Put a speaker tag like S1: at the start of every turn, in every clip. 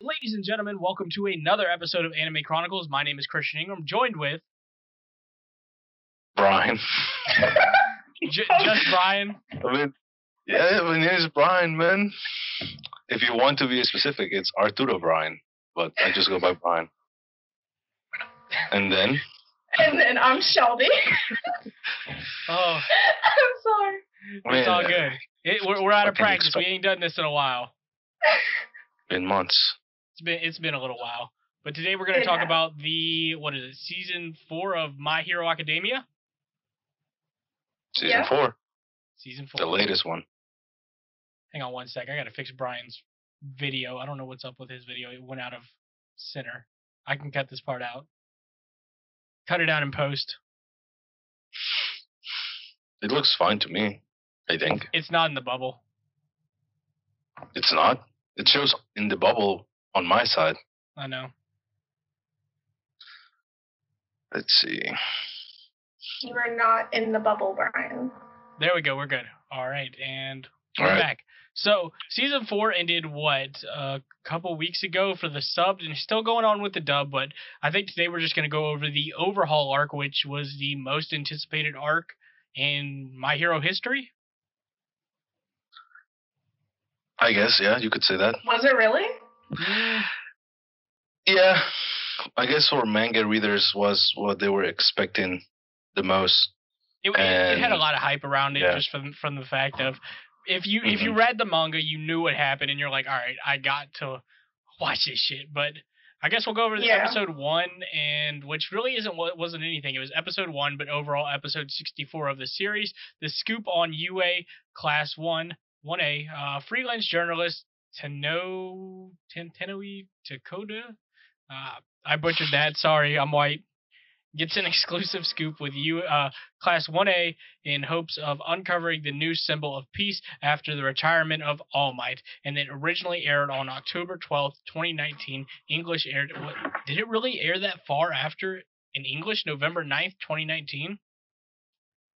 S1: Ladies and gentlemen, welcome to another episode of Anime Chronicles. My name is Christian Ingram, joined with
S2: Brian.
S1: J- just Brian.
S2: I mean, yeah, my name is Brian, man. If you want to be specific, it's Arturo Brian, but I just go by Brian. And then,
S3: And then I'm Shelby.
S1: Oh,
S3: I'm sorry.
S1: it's all good. It, we're, we're out of
S2: What can you
S1: practice. We ain't done this in a while.
S2: In months,
S1: It's been it's been a little while. But today we're going to
S3: It
S1: talk
S3: has.
S1: about the what is it? Season 4 of My Hero Academia?
S2: season
S3: Yeah.
S2: four,
S1: Season 4.
S2: the latest one.
S1: Hang on one sec. I got to fix Brian's video. I don't know what's up with his video. It went out of center. I can cut this part out. Cut it out in post.
S2: It looks fine to me. I think
S1: It's not in the bubble.
S2: it's not. It shows in the bubble on my side.
S1: I know.
S2: Let's see.
S3: You are not in the bubble, Brian.
S1: There we go. We're good. All right, and
S2: All
S1: we're
S2: right.
S1: back. So season four ended what a couple weeks ago for the subs, and still going on with the dub. But I think today we're just going to go over the overhaul arc, which was the most anticipated arc in My Hero history.
S2: I guess yeah, you could say that.
S3: Was it really?
S2: Yeah, I guess for manga readers was what they were expecting the most.
S1: It, it- it had a
S2: And-
S1: lot of hype around it
S2: yeah. Mm-hmm.
S1: just from from the fact of if you if you read the manga, you knew what happened, and you're like, all right, I got to watch this shit. But I guess we'll go over this
S3: Yeah.
S1: episode one, and which really isn't what wasn't anything. It was episode one, but overall episode 64 of the series. The scoop on UA Class One, One A, uh, freelance journalist Tano Ten, Tenoe Takoda. Uh, I butchered that. Sorry, I'm white. Gets an exclusive scoop with you, uh, Class 1A, in hopes of uncovering the new symbol of peace after the retirement of All Might, and it originally aired on October 12th, 2019. English aired. What, did it really air that far after in English, November 9th, 2019?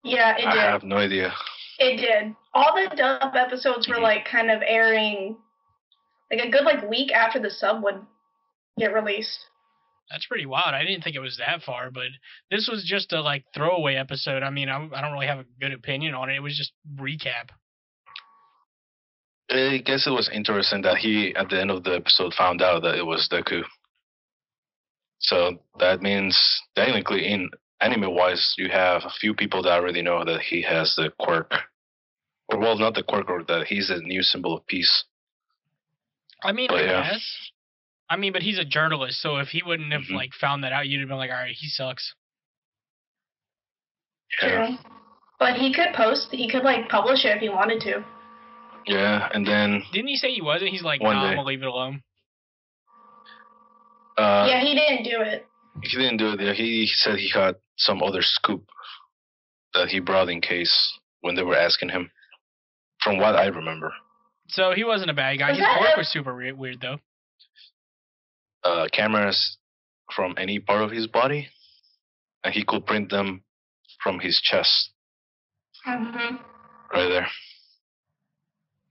S3: Yeah, it
S2: I
S3: did.
S2: have no idea.
S3: It did. All the dub episodes were
S2: Mhm.
S3: like kind of airing like a good like week after the sub would get released.
S1: That's pretty wild. I didn't think it was that far, but this was just a like throwaway episode. I mean, I, I don't really have a good opinion on it. It was just recap.
S2: Eh, I guess it was interesting that he, at the end of the episode, found out that it was Deku. So that means, technically, in anime wise, you have a few people that already know that he has the quirk. Or, well, not the quirk, or that he's the new symbol of peace.
S1: I mean,
S2: But
S1: I
S2: Oh, yeah.
S1: guess. I mean, but he's a journalist, so if he wouldn't have
S2: Mhm.
S1: like found that out, you'd have been like, all right, he sucks.
S3: True. But he could post he could like publish it if he wanted to.
S2: Yeah, and then
S1: Didn't he say he wasn't? He's like,
S2: One
S1: nah, I'm
S2: day.
S1: gonna leave it alone.
S2: uh,
S3: yeah, he didn't do it.
S2: he didn't do it. He said he had some other scoop that he brought in case when they were asking him. From what I remember,
S1: So he wasn't a bad guy.
S3: Was
S1: His
S3: that
S1: work
S3: a-
S1: was super re- weird though.
S2: uh, cameras from any part of his body, and he could print them from his chest
S3: hmm
S2: right there.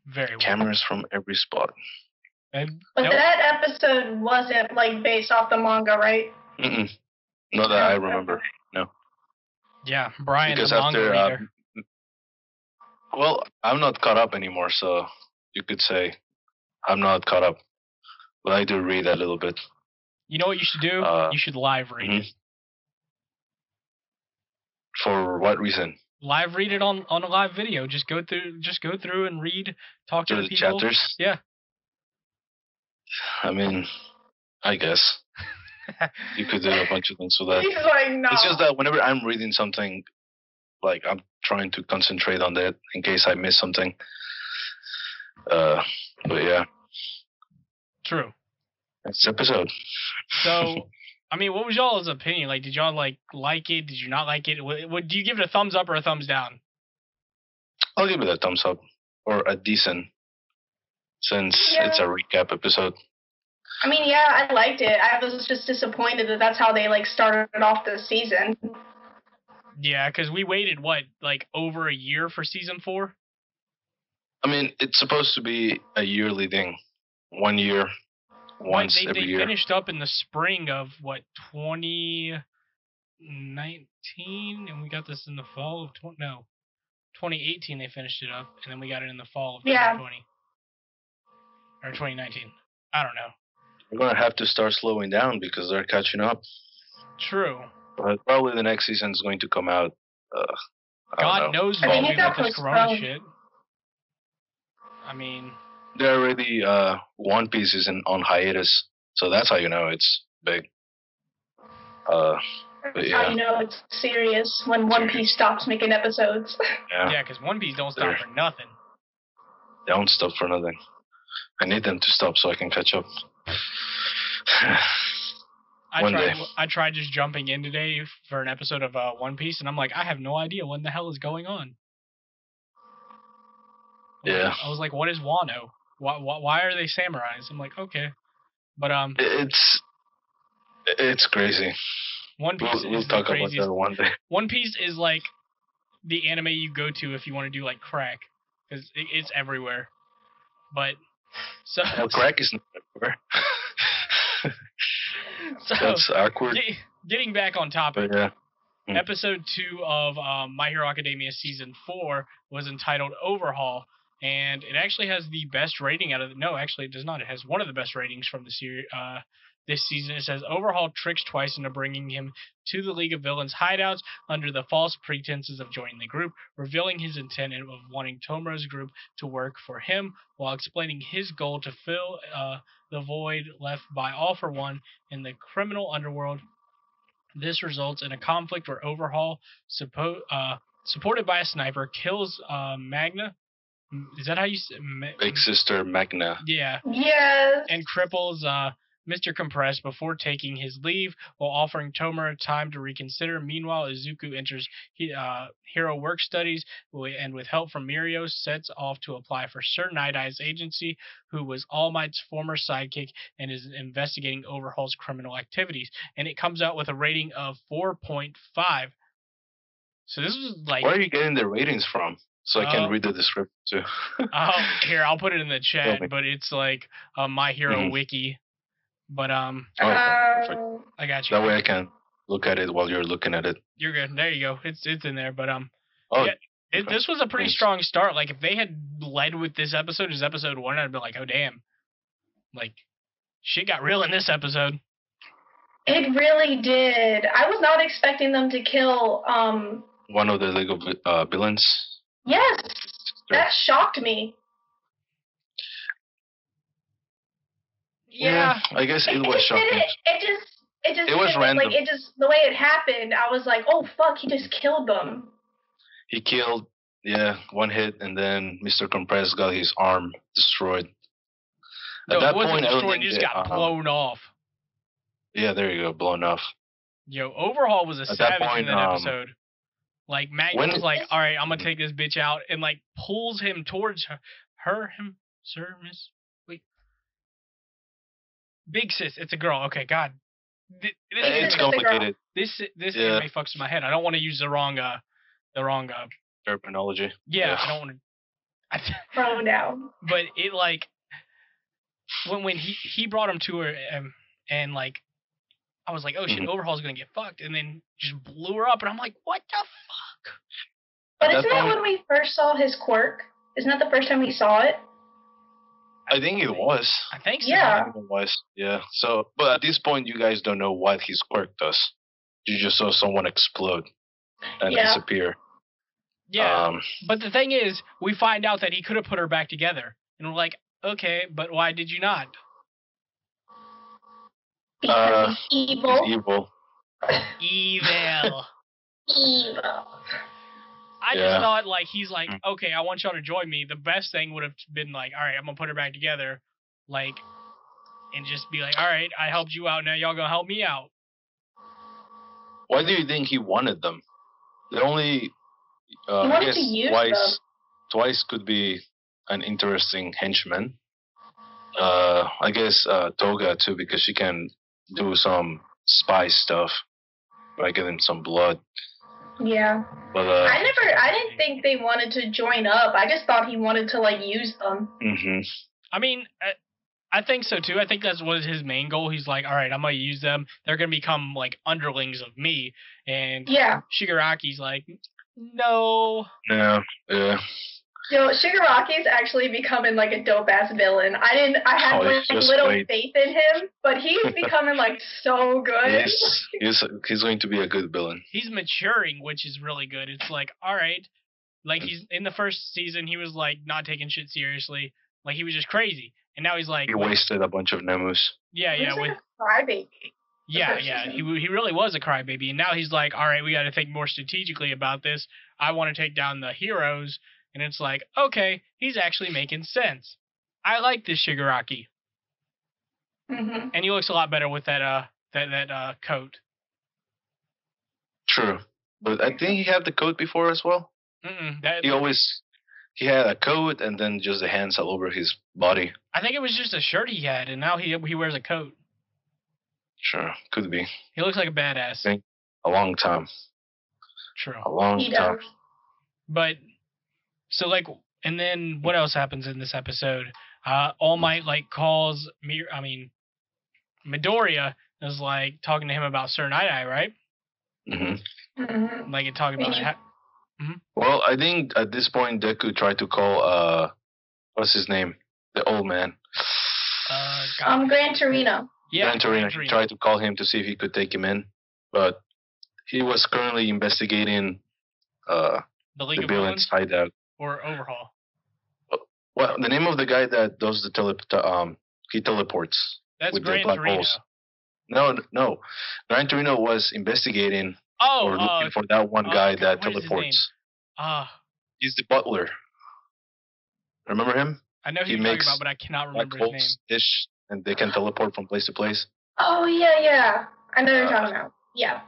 S1: Very weird.
S2: Cameras from every spot.
S1: And-
S3: But
S1: nope.
S3: that episode wasn't like based off the manga, right?
S2: Mm-mm. Not that I remember.
S1: yeah, Brian the
S2: Because
S1: manga
S2: after, uh,
S1: reader.
S2: Well, I'm not caught up anymore, so you could say I'm not caught up, but I do read a little bit.
S1: you know what you should do?
S2: uh,
S1: you should live read
S2: mhm.
S1: it.
S2: For what reason?
S1: Live read it on on a live video. Just go through, just go through and read. Talk to
S2: Through
S1: the
S2: the
S1: people.
S2: chapters?
S1: Yeah.
S2: I mean, I guess you could do a bunch of things with that.
S3: He's like, no.
S2: It's just that whenever I'm reading something, like I'm trying to concentrate on that in case I miss something. Uh, but yeah,
S1: True.
S2: it's episode.
S1: So, I mean, what was y'all's opinion? Like, did y'all like like it? Did you not like it? What, what do you give it a thumbs up or a thumbs down?
S2: I'll give it a thumbs up or a decent, since it's a recap episode.
S3: I mean, yeah, I liked it. I was just disappointed that that's how they like started off the season.
S1: Yeah, because we waited what like over a year for season four.
S2: I mean, it's supposed to be a yearly thing, one year once
S1: they,
S2: every
S1: they
S2: year.
S1: finished up in the spring of what 2019, and we got this in the fall of 20, no 2018. They finished it up, and then we got it in the fall of
S3: Yeah.
S1: 2020 or 2019. I don't know.
S2: We're gonna have to start slowing down because they're catching up.
S1: True.
S2: But probably the next season is going to come out. Uh, I don't
S1: God
S2: know.
S1: knows
S2: I
S1: what
S2: think
S1: we
S2: it
S1: got
S3: got
S1: this Corona
S3: postponed.
S1: shit. I mean,
S2: They're already uh, One Piece is in, on hiatus, so that's how you know it's big. Uh, But
S3: That's how
S2: yeah.
S3: you know it's serious when One Piece stops making episodes.
S2: Yeah.
S1: yeah, because One Piece don't stop
S2: There.
S1: for nothing.
S2: they don't stop for nothing. I need them to stop so I can catch up.
S1: I
S2: One
S1: tried.
S2: day.
S1: I tried just jumping in today for an episode of uh, One Piece, and I'm like, I have no idea when the hell is going on. I was
S2: Yeah.
S1: like- I was like, what is Wano? Why, why, why are they samurais? I'm like, okay, but um,
S2: it's it's crazy.
S1: One Piece
S2: We'll, we'll
S1: is the
S2: talk about
S1: craziest.
S2: that one day.
S1: One Piece is like the anime you go to if you want to do like crack, because it, it's everywhere. But so
S2: No, crack is not everywhere.
S1: so
S2: That's awkward.
S1: ge- getting back on topic.
S2: But yeah, Mm.
S1: Episode two of um, My Hero Academia season four was entitled Overhaul, and it actually has the best rating out of. No, actually, it does not. It has one of the best ratings from the series. Uh, this season, it says Overhaul tricks twice into bringing him to the League of Villains hideouts under the false pretenses of joining the group, revealing his intent of wanting Tomura's group to work for him, while explaining his goal to fill uh, the void left by All for One in the criminal underworld. This results in a conflict where Overhaul, suppo- uh, supported by a sniper, kills uh, Magna. M- Is that how you say?
S2: Big Sister Magna.
S1: yeah,
S3: yes.
S1: and cripples uh, Mr. Compress before taking his leave while offering Tomura time to reconsider. Meanwhile, Izuku enters he- uh, Hero Work Studies wi- and, with help from Mirio, sets off to apply for Sir Night Eye's agency, who was All Might's former sidekick and is investigating Overhaul's criminal activities. And it comes out with a rating of 4.5. So this is like,
S2: Where are you getting the ratings from? So I can
S1: Uh,
S2: read the description too.
S1: oh, here I'll put it in the chat,
S2: me.
S1: but it's like uh, My Hero
S2: Mhm.
S1: Wiki. But um,
S2: Oh, perfect.
S3: Um,
S1: I got you.
S2: That way I can look at it while you're looking at it.
S1: You're good. There you go. It's it's in there. But um,
S2: Oh,
S1: Yeah. it,
S2: Okay.
S1: this was a pretty
S2: Thanks.
S1: strong start. Like if they had led with this episode as episode one, I'd be like, oh damn, like shit got real in this episode.
S3: it really did. I was not expecting them to kill. Um,
S2: one of the League of uh, Villains.
S3: yes,
S2: Sure.
S3: that shocked me.
S2: I guess it was
S3: just
S2: shocking.
S3: didn't- It just. It just
S2: It was
S3: didn't-
S2: random.
S3: Like it just the way it happened, I was like, "Oh fuck, he just killed them."
S2: He killed, yeah, one hit, and then Mr. Compress got his arm destroyed. At
S1: No,
S2: that
S1: it wasn't
S2: point, I don't
S1: destroyed.
S2: think
S1: It just
S2: they-
S1: got
S2: uh-huh.
S1: blown off.
S2: Yeah, there you go, blown off.
S1: Yo, overhaul was a
S2: that
S1: savage in
S2: point,
S1: that
S2: um,
S1: episode. Like Maggie
S2: when-
S1: was like, all right, I'm gonna take this bitch out, and like pulls him towards her, her, him, sir, miss, wait, big sis. It's a girl. Okay, God. Th- This,
S3: Hey,
S2: It's
S3: it's just a girl.
S2: complicated
S1: this this
S2: Yeah.
S1: anime fucks my head. I don't want to use the wrong uh the wrong uh
S2: terminology.
S1: yeah,
S2: Yeah.
S1: I don't want to I,
S3: Thrown down.
S1: but it like when when he he brought him to her um, and like I was like, "Oh shit,
S2: Mhm.
S1: Overhaul's going to get fucked." And then just blew her up and I'm like, "What the fuck?"
S3: But
S2: At
S3: isn't
S2: that
S3: that
S2: point-
S3: when we first saw his quirk? Isn't that the first time we saw it?
S2: I think it was.
S1: I think so.
S2: I
S3: Yeah.
S2: think it was. Yeah. So, but at this point, you guys don't know what his quirk does. You just saw someone explode and
S3: Yeah.
S2: disappear.
S1: Yeah.
S2: Um,
S1: but the thing is, we find out that he could have put her back together. And we're like, "Okay, but why did you not?"
S3: Because
S2: Uh,
S3: he's
S2: he's
S3: evil.
S2: evil.
S1: Evil.
S3: Evil.
S1: I
S2: Yeah.
S1: just thought like he's like,
S2: Mm.
S1: okay, I want y'all to join me. The best thing would have been like, all right, I'm gonna put her back together, like, and just be like, all right, I helped you out. Now y'all gonna help me out.
S2: Why do you think he wanted them? The only uh, I
S3: He wanted
S2: guess
S3: to use
S2: twice twice could be an interesting henchman. Uh, I guess uh, Toga too because she can do some spy stuff by getting some blood.
S3: Yeah.
S2: But uh,
S3: I never. I didn't think they wanted to join up. I just thought he wanted to like use them.
S2: mhm.
S1: I mean, uh, I think so too. I think that's was his main goal. He's like, all right, I'm gonna use them. They're gonna become like underlings of me. And
S3: Yeah.
S1: Shigaraki's like, no,
S2: Yeah, yeah.
S3: Yo, Shigaraki's actually becoming like a dope ass villain. I didn't I had
S2: Oh,
S3: like,
S2: it's just
S3: little
S2: wait.
S3: faith in him, but he's becoming like so good.
S2: Yes, he's he's going to be a good villain.
S1: he's maturing, which is really good. It's like, all right, like he's in the first season, he was like not taking shit seriously, like he was just crazy, and now he's like,
S2: He
S1: with-
S2: wasted a bunch of Nemus.
S1: yeah,
S3: He's
S1: yeah,
S3: like
S1: with
S3: a crybaby.
S1: Yeah,
S3: first
S1: yeah. He
S3: season.
S1: w- he really was a crybaby, and now he's like, all right, we got to think more strategically about this. I want to take down the heroes, and it's like, okay, he's actually making sense. I like this Shigaraki,
S3: Mhm.
S1: and he looks a lot better with that uh that that uh coat.
S2: True, but I think he had the coat before as well.
S1: Mm-mm, that,
S2: He always he had a coat and then just the hands all over his body.
S1: I think it was just a shirt he had, and now he he wears a coat.
S2: Sure, could be
S1: He looks like a badass.
S2: Thank- a long time,
S1: True,
S2: a long
S3: He
S2: time.
S3: does.
S1: but so like, and then what else happens in this episode? Uh, All Might like calls me. I mean, Midoriya is like talking to him about Sir Night Eye, right?
S2: hmm
S3: Mhm.
S1: like it talking about
S3: Thank you.
S1: ha-
S2: Well, I think at this point Deku tried to call uh, what's his name, the old man.
S1: uh, God.
S3: Um Gran Torino.
S1: yeah
S2: Gran Torino.
S1: Torino.
S2: He tried to call him to see if he could take him in, but he was currently investigating uh,
S1: the League
S2: the
S1: of Villains
S2: villain's hideout.
S1: or Overhaul.
S2: Well, the name of the guy that does the tele te- um he teleports.
S1: That's
S2: With the
S1: Gran
S2: black
S1: Torino.
S2: holes. No, n- no, Gran Torino was investigating
S1: Oh, uh,
S2: or looking for that one
S1: uh,
S2: guy
S1: God,
S2: that
S1: what is his name?
S2: teleports.
S1: uh,
S2: He's the butler. Remember him?
S1: I know who
S2: He
S1: you're talking
S2: makes
S1: about, but I cannot
S2: Black
S1: remember his name.
S2: Hulk's dish, and they can teleport from place to place.
S3: Oh yeah, yeah. I know who you're
S2: Uh,
S3: talking about. Yeah.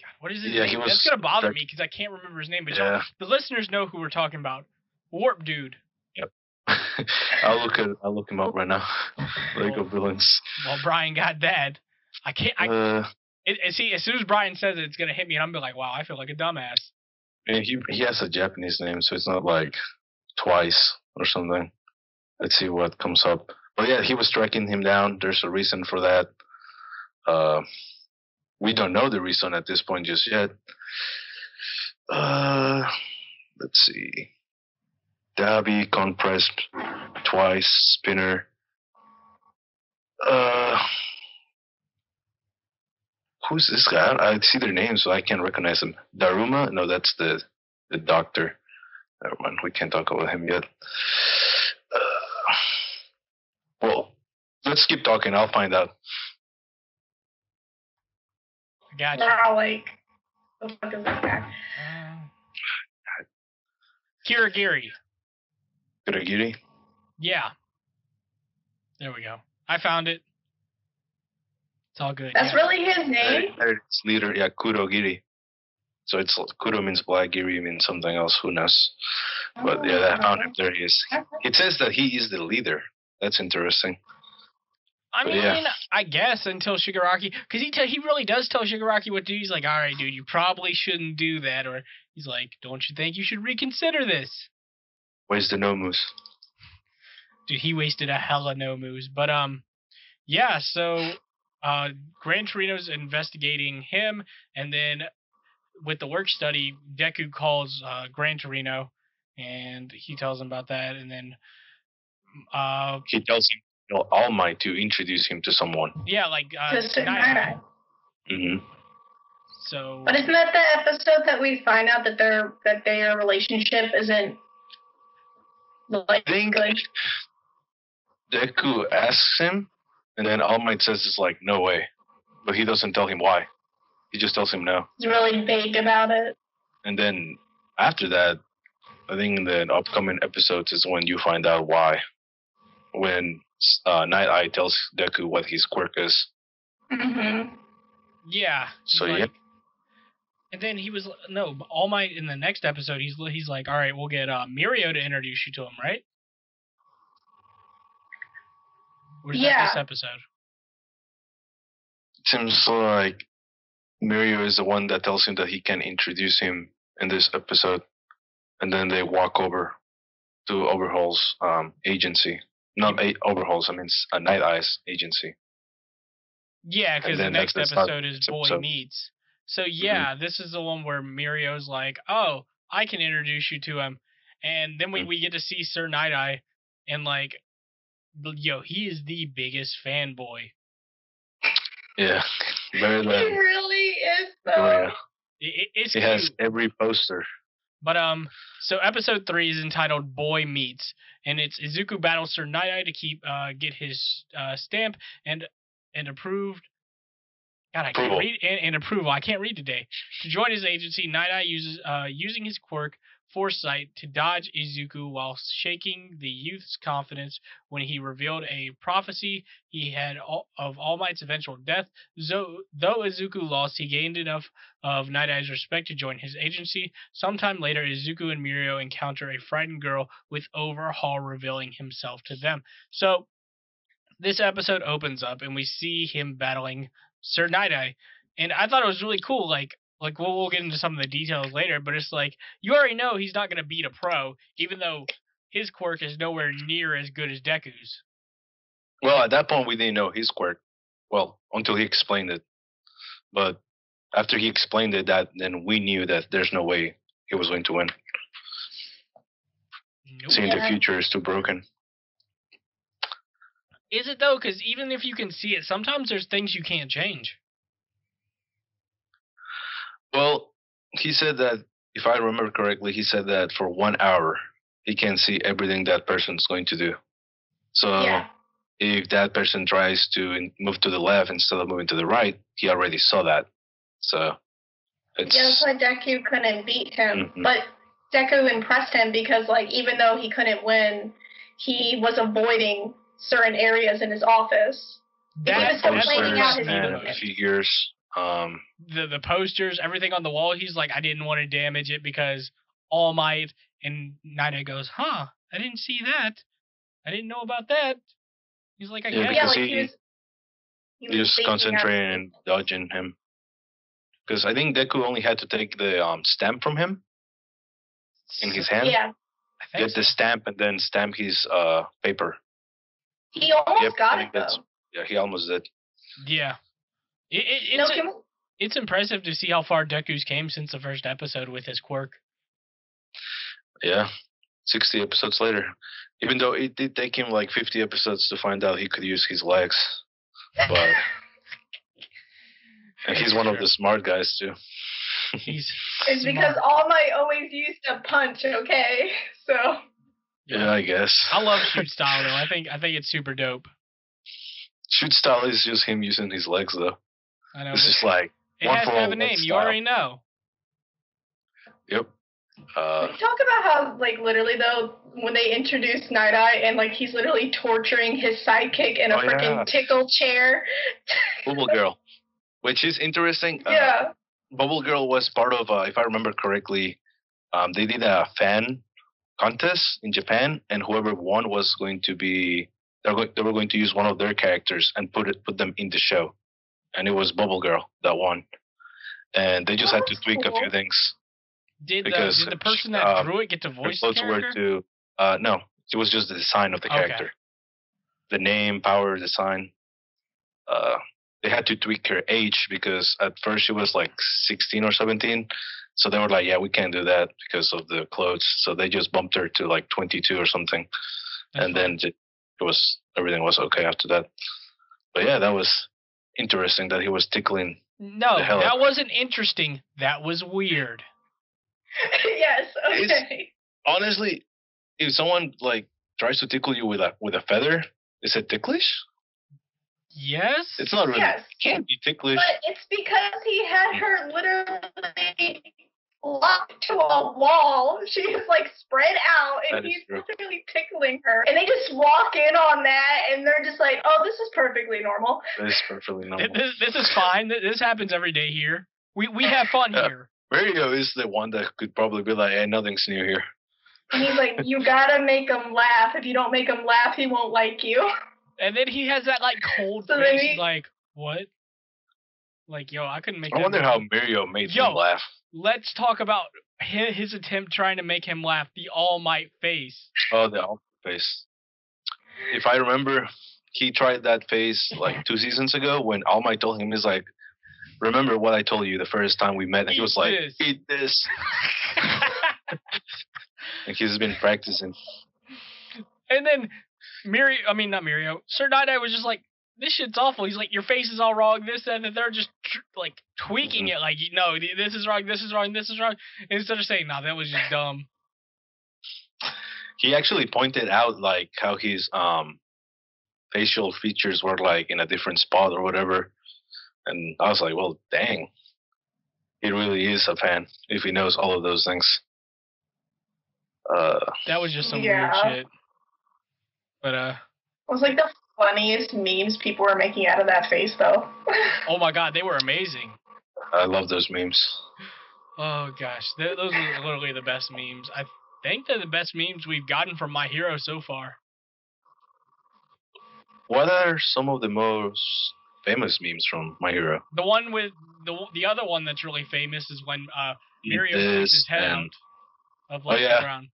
S1: God, what is his
S2: Yeah,
S1: name?
S2: he
S1: That's
S2: was
S1: gonna bother
S2: direct-
S1: me because I can't remember his name. But y'all-
S2: Yeah,
S1: the listeners know who we're talking about. Warp dude.
S2: I'll look at I'll look him up right now. Lego
S1: Well,
S2: villains.
S1: well, Brian got that. I can't. I
S2: Uh,
S1: it, it- see as soon as Brian says it, it's gonna hit me, and I'm gonna be like, wow, I feel like a dumbass.
S2: and he he has a Japanese name, so it's not like twice or something. Let's see what comes up. But yeah, he was tracking him down. There's a reason for that. Uh, we don't know the reason at this point just yet. Uh, let's see. Dabi compressed twice spinner. Uh, who's this guy? I, don't- I see their names, so I can't recognize them. Daruma? No, that's the the doctor. Never mind, we can't talk about him yet. Uh, well, let's keep talking. I'll find out.
S1: I got you.
S3: We're all like the fuck is this guy?
S1: Uh, Kirigiri.
S2: Kuragiri.
S1: Yeah. There we go. I found it. It's all good.
S3: That's
S1: yeah.
S3: really his name?
S2: It's leader, yeah, Kurogiri. So it's Kuro means black, Giri means something else. Who knows? But
S3: Oh,
S2: yeah, I found him. There he is. It says that he is the leader. That's interesting.
S1: I
S2: but
S1: mean,
S2: yeah.
S1: I guess until Shigaraki, because he te- he really does tell Shigaraki what to do. He's like, "All right, dude, you probably shouldn't do that," or he's like, "Don't you think you should reconsider this?"
S2: Where's the Nomus?
S1: Dude, he wasted a hella no moves. But um, yeah. So, uh, Gran Torino's investigating him, and then with the work study, Deku calls uh, Gran Torino, and he tells him about that, and then uh,
S2: He tells him you know, All Might to introduce him to someone.
S1: yeah, like uh,
S3: Just a
S1: Nine-
S3: night.
S2: hmm
S1: So
S3: But isn't that the episode that we find out that their that their relationship isn't like
S2: I think-
S3: good?
S2: Deku asks him, and then All Might says it's like no way, but he doesn't tell him why. He just tells him no,
S3: He's really vague about it.
S2: and then after that, I think in the upcoming episodes is when you find out why. When uh, Night Eye tells Deku what his quirk is,
S3: Mm-hmm.
S1: yeah. he's
S2: So, yeah.
S1: like- And then he was no All Might in the next episode. He's he's like, all right, we'll get uh, Mirio to introduce you to him, right? Or is that this
S3: Yeah.
S1: episode?
S2: seems like Mirio is the one that tells him that he can introduce him in this episode, and then they walk over to Overhaul's um, agency Not eight overhauls. I mean, it's a Night Eyes agency.
S1: Yeah, because the
S2: then
S1: next
S2: that's- Mm-hmm. that's not-
S1: episode is
S2: so-
S1: Boy
S2: so-
S1: Meets. So yeah, this is the one where Mirio's like, "Oh, I can introduce you to him," and then we
S2: Mhm.
S1: we get to see Sir Night Eye, and like, l- yo, he is the biggest fanboy.
S2: Yeah, very
S3: It
S2: rare.
S3: really is though.
S2: Oh, Yeah.
S1: It, it's
S2: He has
S1: cute.
S2: every poster.
S1: But um, so episode three is entitled "Boy Meets," and it's Izuku battles Sir Night Eye to keep uh get his uh stamp and and approved. God, I can't
S2: Approval.
S1: read and, and approval. I can't read today. To join his agency, Night Eye uses uh using his quirk foresight to dodge Izuku while shaking the youth's confidence when he revealed a prophecy he had all, of All Might's eventual death. So, though Izuku lost, he gained enough of Night Eye's respect to join his agency. Sometime later, Izuku and Mirio encounter a frightened girl with Overhaul revealing himself to them. So, this episode opens up and we see him battling Sir Night Eye. And I thought it was really cool. Like, like we'll, we'll get into some of the details later, but it's like you already know he's not going to beat a pro, even though his quirk is nowhere near as good as Deku's.
S2: Well, at that point, we didn't know his quirk. Well, until he explained it. But after he explained it, that then we knew that there's no way he was going to win.
S1: Nope.
S2: Seeing the
S3: Yeah.
S2: future is too broken.
S1: Is it though? Because even if you can see it, sometimes there's things you can't change.
S2: Well, he said that if I remember correctly, he said that for one hour he can see everything that person's going to do. So
S3: yeah.
S2: if that person tries to in- move to the left instead of moving to the right, he already saw that. So it's
S3: Yeah, that's why Deku couldn't beat him.
S2: Mhm.
S3: But Deku impressed him because, like, even though he couldn't win, he was avoiding certain areas in his office.
S1: That,
S3: was
S1: that's what
S3: complaining
S1: got me
S2: posters
S3: out his
S1: the
S2: and
S3: movement.
S1: most.
S2: figures. Um,
S1: the the posters, everything on the wall. He's like, I didn't want to damage it because All Might and Nida goes, huh? I didn't see that. I didn't know about that. He's like, I
S2: Yeah,
S1: guess.
S3: yeah,
S2: because
S3: like he
S2: he-
S3: was.
S2: he was
S3: faking out-
S2: concentrating and dodging him. Because I think Deku only had to take the um, stamp from him in his hand,
S3: Yeah,
S1: I think
S2: get
S1: so.
S2: the stamp, and then stamp his uh, paper.
S3: he almost
S2: Yep, I
S3: got it
S2: think
S3: though.
S2: that's- Yeah, he almost did.
S1: Yeah. It, it,
S3: No,
S1: it's,
S3: can we-
S1: it's impressive to see how far Deku's came since the first episode with his quirk.
S2: Yeah, 60 episodes later. Even though it did take him like 50 episodes to find out he could use his legs. But and he's one of the smart guys, too.
S1: He's
S3: it's because
S1: smart.
S3: All Might always used a punch. Okay, so
S2: Yeah, I guess.
S1: I love shoot style though. I think I think it's super dope.
S2: Shoot style is just him using his legs, though.
S1: I know.
S2: It's
S1: but-
S2: just like,
S1: It
S2: One
S1: has to
S2: for
S1: have
S2: all,
S1: a
S2: one
S1: name. You
S2: style.
S1: already know.
S2: yep. Uh,
S3: We talk about how, like, literally though, when they introduce Night Eye and like he's literally torturing his sidekick in a
S2: Oh,
S3: freaking
S2: yeah.
S3: tickle chair.
S2: Bubble Girl, which is interesting. Uh,
S3: yeah.
S2: Bubble Girl was part of, uh, if I remember correctly, um, they did a fan contest in Japan, and whoever won was going to be they're going, they were going to use one of their characters and put it put them in the show, and it was Bubble Girl that won, and they just
S3: Oh,
S2: had to
S3: that's
S2: tweak a
S3: cool.
S2: few things.
S1: Did the,
S2: Because,
S1: did the person that
S2: uh,
S1: drew it get to
S2: Their
S1: voice the
S2: clothes were
S1: character?
S2: to uh, no, it was just the design of the
S1: Okay.
S2: character, the name, power, design. Uh, they had to tweak her age because at first she was like 16 or 17, so they were like, yeah, we can't do that because of the clothes. So they just bumped her to like 22 or something,
S1: That's
S2: and
S1: fine.
S2: then it was everything was okay after that. But yeah, that was interesting that he was tickling.
S1: no,
S2: the hell
S1: that
S2: out-
S1: wasn't interesting. That was weird.
S3: yes.
S2: It's-
S3: Okay.
S2: Honestly, if someone like tries to tickle you with a with a feather, is it ticklish?
S1: Yes.
S2: It's not really.
S3: Yes.
S2: can't be ticklish.
S3: But it's because he had her literally locked to a wall. She's like spread out and
S2: That is
S3: he's
S2: true.
S3: literally tickling her. And they just walk in on that and they're just like, oh, this is perfectly normal.
S2: It's perfectly normal.
S1: Th- This, this is fine. Th- This happens every day here. We we have fun
S2: Yeah.
S1: here.
S2: Mario is the one that could probably be like, "Hey, nothing's new here."
S3: And he's like, you gotta make him laugh. If you don't make him laugh, he won't like you.
S1: And then he has that like cold
S3: So
S1: face,
S3: maybe-
S1: he's like what? Like yo, I couldn't make.
S2: I
S1: that
S2: wonder
S1: make-
S2: how Mario made
S1: Yo.
S2: him laugh.
S1: Let's talk about his, his attempt trying to make him laugh. The All Might face.
S2: Oh, the awful face. if I remember, he tried that phase like two seasons ago when All Might told him, he's like, remember what I told you the first time we met? And he
S1: Eat
S2: was like,
S1: this.
S2: eat this. And he's been practicing.
S1: and then Mirio, I mean not Mirio, Sir Dada was just like, this shit's awful. He's like, your face is all wrong, this that, and that. They're just tr- like tweaking
S2: Mm-hmm.
S1: it, like, no, th- this is wrong, this is wrong, this is wrong. Instead of saying, nah, that was just dumb.
S2: He actually pointed out like how his um facial features were like in a different spot or whatever. And I was like, well, dang. He really is a fan if he knows all of those things. Uh,
S1: That was just some
S3: Yeah.
S1: weird shit. But uh,
S3: It was like the funniest memes people were making out of that face, though.
S1: oh my god, they were amazing.
S2: I love those memes.
S1: Oh gosh, Th- those are literally the best memes. I think they're the best memes we've gotten from My Hero so far.
S2: What are some of the most famous memes from My Hero?
S1: The one with the the other one that's really famous is when uh Mirio sticks his
S2: This
S1: head
S2: and, Oh,
S1: out of like
S2: yeah.
S1: the ground.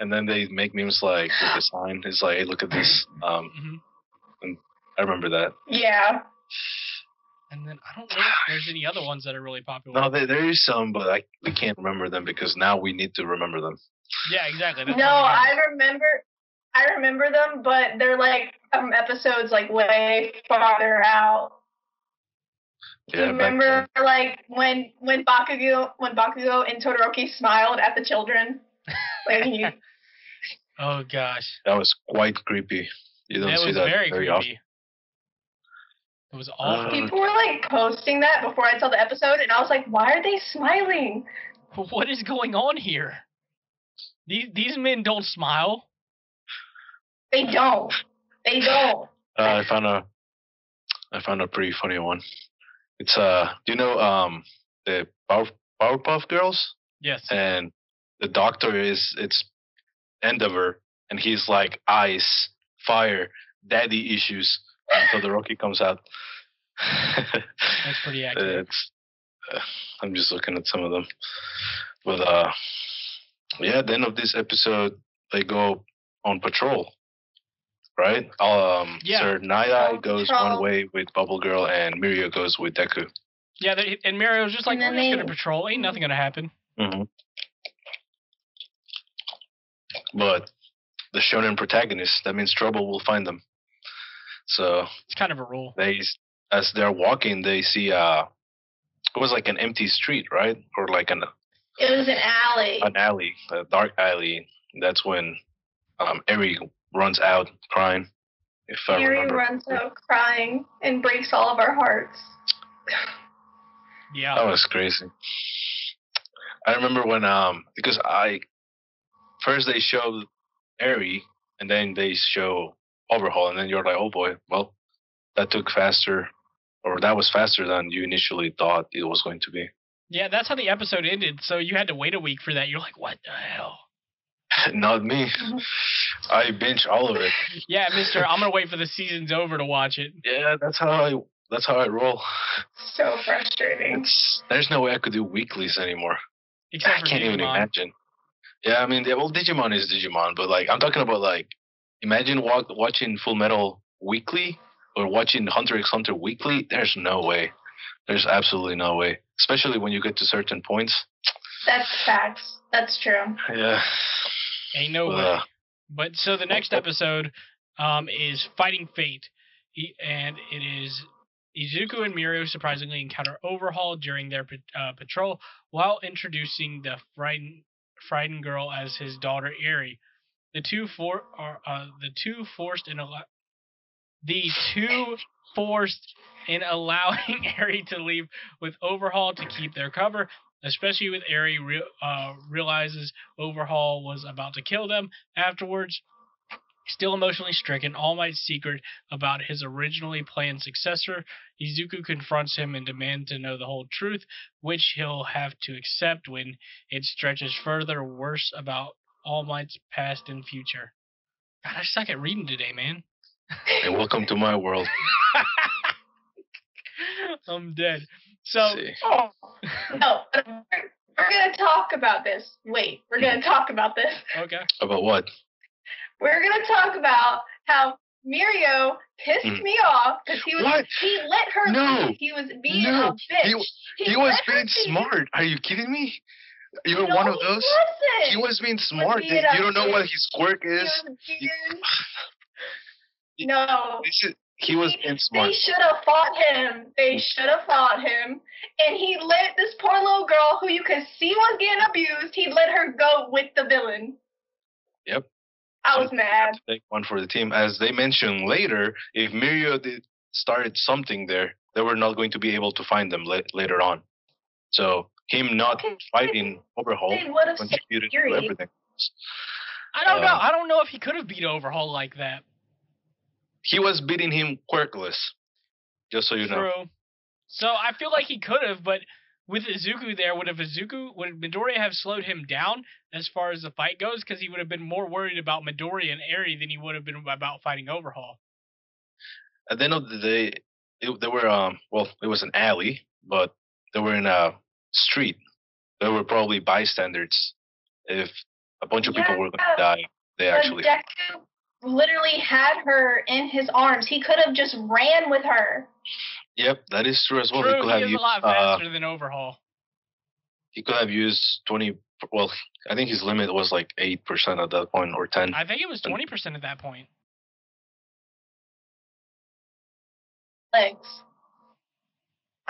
S2: and then they make memes like with the sign. It's like, hey, look at this. Um,
S1: hmm
S2: I remember that.
S3: yeah.
S1: And then I don't know if there's any other ones that are really popular.
S2: No, there, there is some, but I we can't remember them because now we need to remember them.
S1: Yeah, exactly.
S3: No,
S1: that's what I'm
S3: I
S1: hearing.
S3: remember. I remember them, but they're like um, episodes like way farther out. Do you
S2: Yeah, back
S3: remember like when when Bakugo when Bakugo and Todoroki smiled at the children? Like he,
S1: Oh gosh,
S2: that was quite creepy. You don't
S1: that
S2: see
S1: was
S2: that
S1: very,
S2: very,
S1: creepy.
S2: often. Uh.
S1: It was awful.
S3: people were like posting that before I saw the episode, and I was like, why are they smiling?
S1: But what is going on here? These these men don't smile.
S3: They don't. They don't.
S2: Uh, I found a, I found a pretty funny one. It's uh, do you know um the Power, Powerpuff Girls?
S1: Yes.
S2: and the doctor is it's Endeavor, and he's like ice, fire, daddy issues, and Todoroki comes out.
S1: That's pretty accurate.
S2: Uh, it's, uh, I'm just looking at some of them, but uh, yeah. At the end of this episode, they go on patrol, right? Um,
S1: Yeah.
S2: Sir Night Eye goes one
S3: Patrol.
S2: way with Bubble Girl, and Mirio goes with Deku.
S1: Yeah, they, and Mario was just like,
S3: And then
S1: we're just
S3: they-
S1: gonna patrol. Ain't nothing gonna happen.
S2: hmm But the shonen protagonist, that means trouble will find them. So
S1: It's kind of a rule.
S2: they, as they're walking, they see uh, it was like an empty street, right, or like an
S3: It was an alley.
S2: an alley, a dark alley. That's when um, Eri runs out crying. If I
S3: Yuri
S2: remember,
S3: runs out crying and breaks all of our hearts.
S1: Yeah.
S2: that was crazy. I remember when um, because I first they showed Eri, and then they show Overhaul, and then you're like, oh boy, well, that took faster, or that was faster than you initially thought it was going to be.
S1: Yeah, that's how the episode ended. So you had to wait a week for that. You're like, what the hell?
S2: Not me. I binge all of it.
S1: Yeah, Mister, I'm gonna wait for the season's over to watch it.
S2: Yeah, that's how I. That's how I roll.
S3: So frustrating.
S2: It's, there's no way I could do weeklies anymore.
S1: Except
S2: I
S1: for
S2: can't even
S1: Digimon.
S2: imagine. Yeah, I mean, yeah, well, Digimon is Digimon, but like, I'm talking about like, imagine walk, watching Full Metal weekly or watching Hunter x Hunter weekly. There's no way. There's absolutely no way. Especially when you get to certain points.
S3: That's facts. That's true.
S2: Yeah. uh,
S1: Ain't no way.
S2: Ugh.
S1: But so the next episode um, is Fighting Fate, he, and it is Izuku and Mirio surprisingly encounter Overhaul during their pat- uh, patrol while introducing the frightened, frightened girl as his daughter Eri. The two for are uh, the two forced in allo- the two forced in allowing Eri to leave with Overhaul to keep their cover, especially with Eri re- uh, realizes Overhaul was about to kill them afterwards. Still emotionally stricken, All Might's secret about his originally planned successor, Izuku confronts him and demands to know the whole truth, which he'll have to accept when it stretches further worse about All Might's past and future. God, I suck at reading today, man.
S2: And welcome to my world.
S1: I'm dead. So,
S2: See.
S3: Oh no, we're gonna talk about this. Wait, we're gonna talk about this.
S1: okay.
S2: About what?
S3: We're gonna talk about how Mirio pissed
S2: Mm.
S3: me off because he was
S2: What?
S3: he let her
S2: No.
S3: leave. He was being a
S2: No.
S3: bitch.
S2: He- he was
S3: let her
S2: being
S3: leave.
S2: smart. Are you kidding me? You're
S3: No,
S2: one of
S3: he
S2: those.
S3: wasn't.
S2: He was being smart.
S3: being
S2: You
S3: a
S2: you don't know what
S3: dick.
S2: his quirk
S3: He
S2: is.
S3: was
S2: you-
S3: being- no.
S2: This is- He was
S3: He-
S2: being
S3: They
S2: smart.
S3: should have fought him. They should have fought him. And he let this poor little girl, who you could see was getting abused, he let her go with the villain.
S2: Yep.
S3: I was mad.
S2: Take one for the team. As they mentioned later, if Mirio did started something there, they were not going to be able to find them la- later on. So him not
S3: Okay.
S2: fighting Overhaul
S3: They would have saved
S2: contributed to
S3: Fury.
S2: everything.
S1: I don't know.
S2: Um,
S1: I don't know if he could have beat Overhaul like that.
S2: He was beating him quirkless. Just so you know.
S1: True. So I feel like he could have, but with Izuku there, would have Izuku would Midoriya have slowed him down as far as the fight goes? Because he would have been more worried about Midoriya and Eri than he would have been about fighting Overhaul.
S2: At the end of the day, it, they were um well, it was an alley, but they were in a street. They were probably bystanders. If a bunch of people were going
S3: Yeah.
S2: to die, they
S3: But
S2: actually
S3: Deku literally had her in his arms. He could have just ran with her.
S2: Yep, that is true as well.
S1: True,
S2: he could
S1: he
S2: have
S1: is a
S2: used,
S1: lot
S2: uh,
S1: faster than Overhaul.
S2: he could have used twenty. Well, I think his limit was like eight percent at that point or ten.
S1: I think it was twenty percent at that point.
S3: Legs.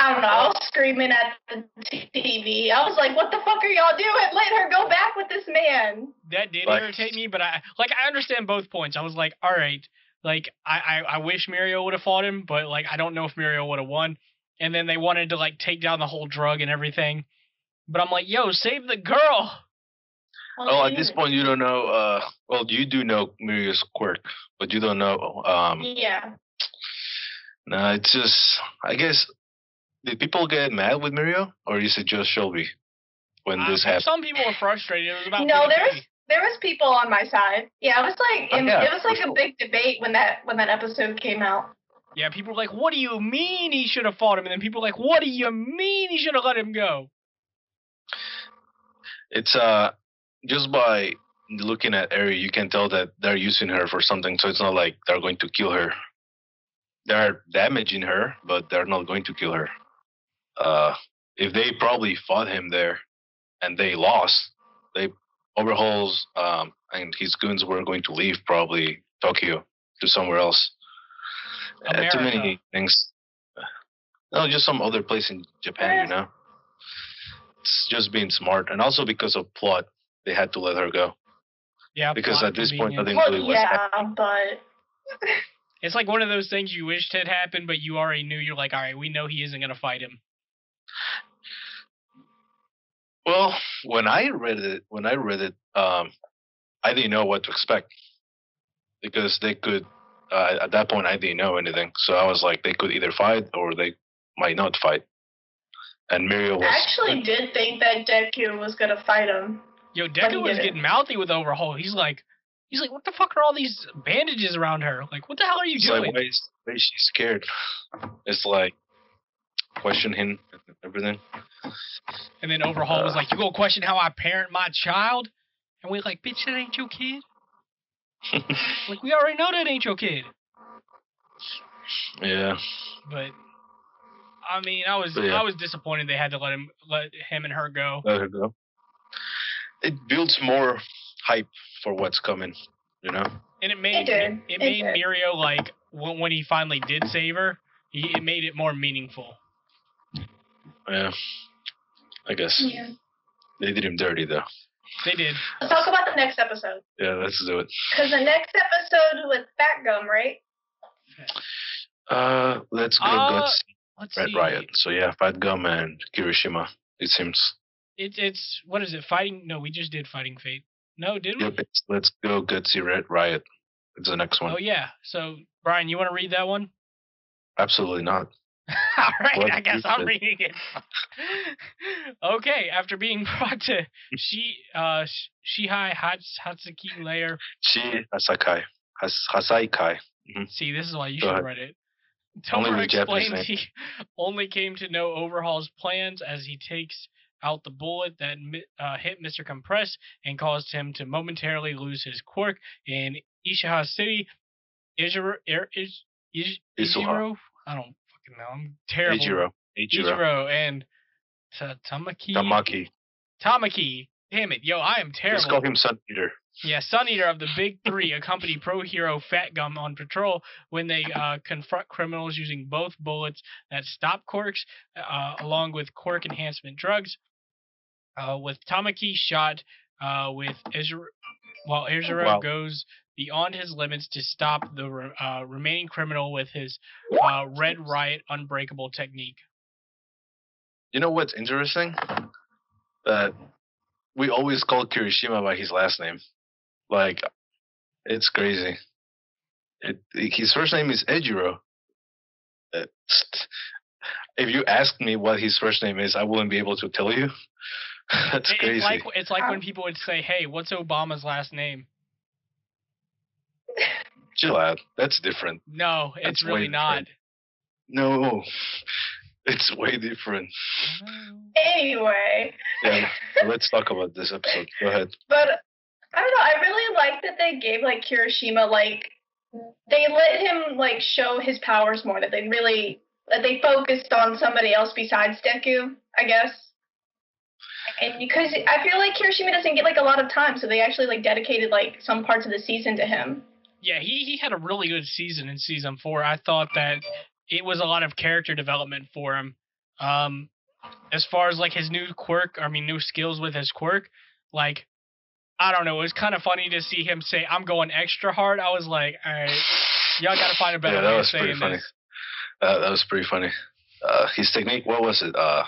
S3: I don't know. I was screaming at the TV. I was like, "What the fuck are y'all doing? Let her go back with this man."
S1: That did
S2: Like-
S1: irritate me, but I like I understand both points. I was like, all right, like I I, I wish Mirio would have fought him, but like I don't know if Mirio would have won. And then they wanted to like take down the whole drug and everything, but I'm like, yo, save the girl.
S3: Well,
S2: oh,
S3: she
S2: at this
S3: is-
S2: point you don't know. Uh, well, you do know Mirio's quirk, but you don't know. Um,
S1: Mm.
S3: Yeah.
S2: nah, it's just I guess did people get mad with Mirio or is it just Shelby when
S1: Uh,
S2: this happened?
S1: Some people were frustrated. It was about
S3: No,
S1: 50-50.
S3: there's- There was people on my side. Yeah, it was like
S2: Oh,
S3: and
S2: yeah,
S3: it was
S2: for
S3: like a
S2: sure.
S3: big debate when that when that episode came out.
S1: yeah, people were like, "What do you mean he should have fought him?" And then people were like, "What do you mean he should have let him go?"
S2: It's uh just by looking at Eri, you can tell that they're using her for something. So it's not like they're going to kill her. They're damaging her, but they're not going to kill her. Uh, if they probably fought him there, and they lost, they overhauls um, and his goons were going to leave probably Tokyo to somewhere else. Uh, too many
S1: America.
S2: things. No, just some other place in Japan,
S1: Eh.
S2: you know. It's just being smart, and also because of plot, they had to let her go.
S1: Yeah,
S2: Because
S1: plot
S2: at this point, I
S1: convenience.
S2: think
S3: Well,
S2: really was
S3: yeah, but
S1: it's like one of those things you wished had happened, but you already knew. You're like, "All right, we know he isn't gonna fight him."
S2: Well, when I read it, when I read it, um, I didn't know what to expect because they could. Uh, at that point, I didn't know anything, so I was like, they could either fight or they might not fight. And Mirio was
S3: I actually did think that Deku was gonna fight him.
S1: Yo,
S3: he
S1: Deku was
S3: didn't.
S1: getting mouthy with Overhaul. He's like, he's like, what the fuck are all these bandages around her? Like, what the hell are you
S2: It's
S1: doing?
S2: like, why is, why is she scared? It's like question him and everything.
S1: and then Overhaul was like, you gonna question how I parent my child? And we're like, bitch, that ain't your kid. Like, we already know that ain't your kid.
S2: yeah.
S1: But I mean, I was
S2: But yeah.
S1: I was disappointed they had to let him let him and her go.
S2: Let her go. It builds more hype for what's coming, you know?
S1: And it made
S3: did.
S1: it,
S3: It
S1: made
S3: did.
S1: Mirio like when, when he finally did save her, he, it made it more meaningful.
S2: Yeah. I guess.
S3: Yeah.
S2: They did him dirty, though.
S1: They did.
S3: Let's talk about the next episode
S2: Yeah, let's do it.
S3: because the next episode was Fat Gum, right?
S2: Uh, let's go
S1: Uh,
S2: Guts
S1: Let's
S2: Red
S1: see.
S2: Riot. So, yeah, Fat Gum and Kirishima, it seems.
S1: It's it's what is it? Fighting? No, we just did fighting fate. No, did we?
S2: Yep, it's Let's Go Gutsy Red Riot. It's the next one.
S1: Oh yeah. So Brian, you want to read that one?
S2: Absolutely not.
S1: All right,
S2: What
S1: I guess
S2: is
S1: I'm
S2: it?
S1: reading it. okay, after being brought to she uh Sh- Shihai Hats Hatsuki layer.
S2: She Hasakai. Has, Hasaikai.
S1: See, this is why you
S2: Go
S1: should
S2: ahead.
S1: have read it. Tomer
S2: Only the Japanese
S1: explains he only came to know Overhaul's plans as he takes out the bullet that mi- uh, hit Mr. Compress and caused him to momentarily lose his quirk in Ishiha City. Ijiro, Ir- Is- Is-
S2: Isuha.
S1: Ijiro? I don't fucking know. I'm terrible.
S2: Ichiro. Ichiro.
S1: Ichiro and Ta- Tamaki.
S2: Tamaki.
S1: Tamaki. Damn it, yo, I am terrible.
S2: Just call him Sun Eater.
S1: Yeah, Sun Eater of the Big Three accompanied pro hero Fat Gum on patrol when they uh, confront criminals using both bullets that stop quirks, uh, along with quirk enhancement drugs. Uh, with Tamaki shot, uh, with Ezra, while Ezra
S2: Wow.
S1: goes beyond his limits to stop the re- uh, remaining criminal with his uh, Red Riot Unbreakable technique.
S2: You know what's interesting? That we always call Kirishima by his last name. Like, it's crazy. It, his first name is Ejiro. It's- If you asked me what his first name is, I wouldn't be able to tell you. That's
S1: It- it's
S2: crazy.
S1: like it's like when people would say, "Hey, what's Obama's last name?"
S2: Chill out. That's different.
S1: No, it's
S2: That's way
S1: really not.
S2: No, it's way different.
S3: Anyway,
S2: Yeah, let's talk about this episode. Go ahead.
S3: but I don't know. I really like that they gave like Kirishima like they let him like show his powers more. That they really that they focused on somebody else besides Deku, I guess. And because I feel like Kirishima doesn't get like a lot of time, so they actually like dedicated like some parts of the season to him.
S1: Yeah, he, he had a really good season in season four. I thought that it was a lot of character development for him. Um, as far as like his new quirk, I mean, new skills with his quirk, like, I don't know, it was kind of funny to see him say, I'm going extra hard. I was like, all right, y'all got to find a better
S2: Yeah, that
S1: way of
S2: was pretty
S1: saying
S2: funny.
S1: this.
S2: Uh, that was pretty funny. Uh, his technique, what was it? Uh,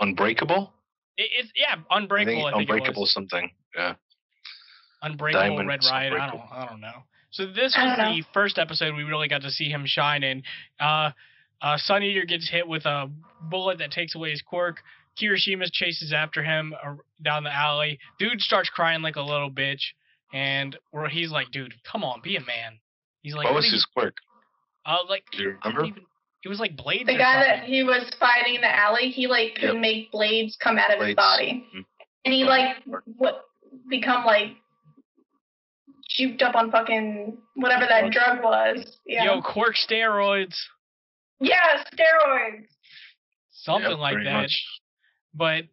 S2: unbreakable?
S1: It, it's, yeah, Unbreakable, I think, it
S2: unbreakable
S1: was.
S2: something. Yeah.
S1: Unbreakable,
S2: Diamond
S1: Red
S2: is
S1: Riot, I don't,
S2: Unbreakable.
S1: I don't know. So this
S3: I
S1: was
S3: don't know.
S1: the first episode we really got to see him shine in. Uh, uh, Sun Eater gets hit with a bullet that takes away his quirk. Kirishima chases after him ar- down the alley. Dude starts crying like a little bitch, and where he's like, "Dude, come on, be a man." He's like,
S2: what
S1: "What
S2: was
S1: are
S2: his quirk?
S1: you-" Uh, like,
S2: Do you
S1: I don't
S2: remember?
S1: even- it was like blades.
S3: The
S1: or
S3: guy that
S1: something.
S3: he was fighting in the alley, he like could
S2: Yep.
S3: make blades come out of
S2: Blades.
S3: his body,
S2: Mm.
S3: and he like what become like juked up on fucking whatever that
S2: Drugs.
S3: drug was. Yeah,
S1: Yo, quirk steroids,
S3: yeah, steroids.
S1: something
S2: Yep,
S1: like
S2: pretty
S1: that.
S2: much.
S1: But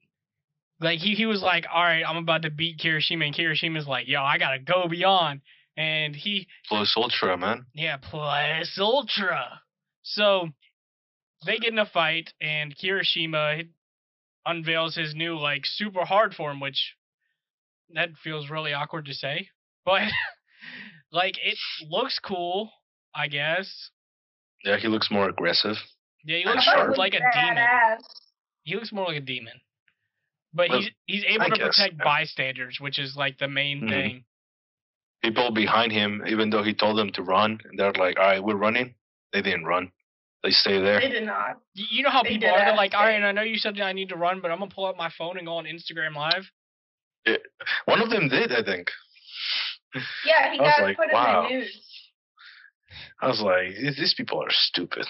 S1: like he he was like, all right, I'm about to beat Kirishima, and Kirishima's like, yo, I gotta go beyond, and he
S2: Plus Ultra, man.
S1: yeah plus ultra. So they get in a fight, and Kirishima unveils his new like super hard form, which that feels really awkward to say, but like it looks cool, I guess.
S2: Yeah, he looks more aggressive.
S1: Yeah, he
S2: I
S1: looks
S2: thought it
S1: more
S2: was
S1: like a demon.
S3: badass.
S1: he looks more like a demon. But
S2: Well,
S1: he's he's able
S2: I
S1: to
S2: guess,
S1: protect
S2: yeah.
S1: bystanders, which is like the main
S2: Mhm.
S1: thing.
S2: People behind him, even though he told them to run, they're like, all right, we're running. They didn't run. They stay there.
S3: They did not.
S1: Y- You know how
S3: They
S1: people
S3: did
S1: are they're
S3: ask
S1: like,
S3: it.
S1: all right, I know you said that I need to run, but I'm gonna pull out my phone and go on Instagram Live.
S2: One of them did, I think.
S3: Yeah, he
S2: I was
S3: got
S2: like,
S3: put
S2: wow.
S3: in the news.
S2: I was like, "These- these people are stupid.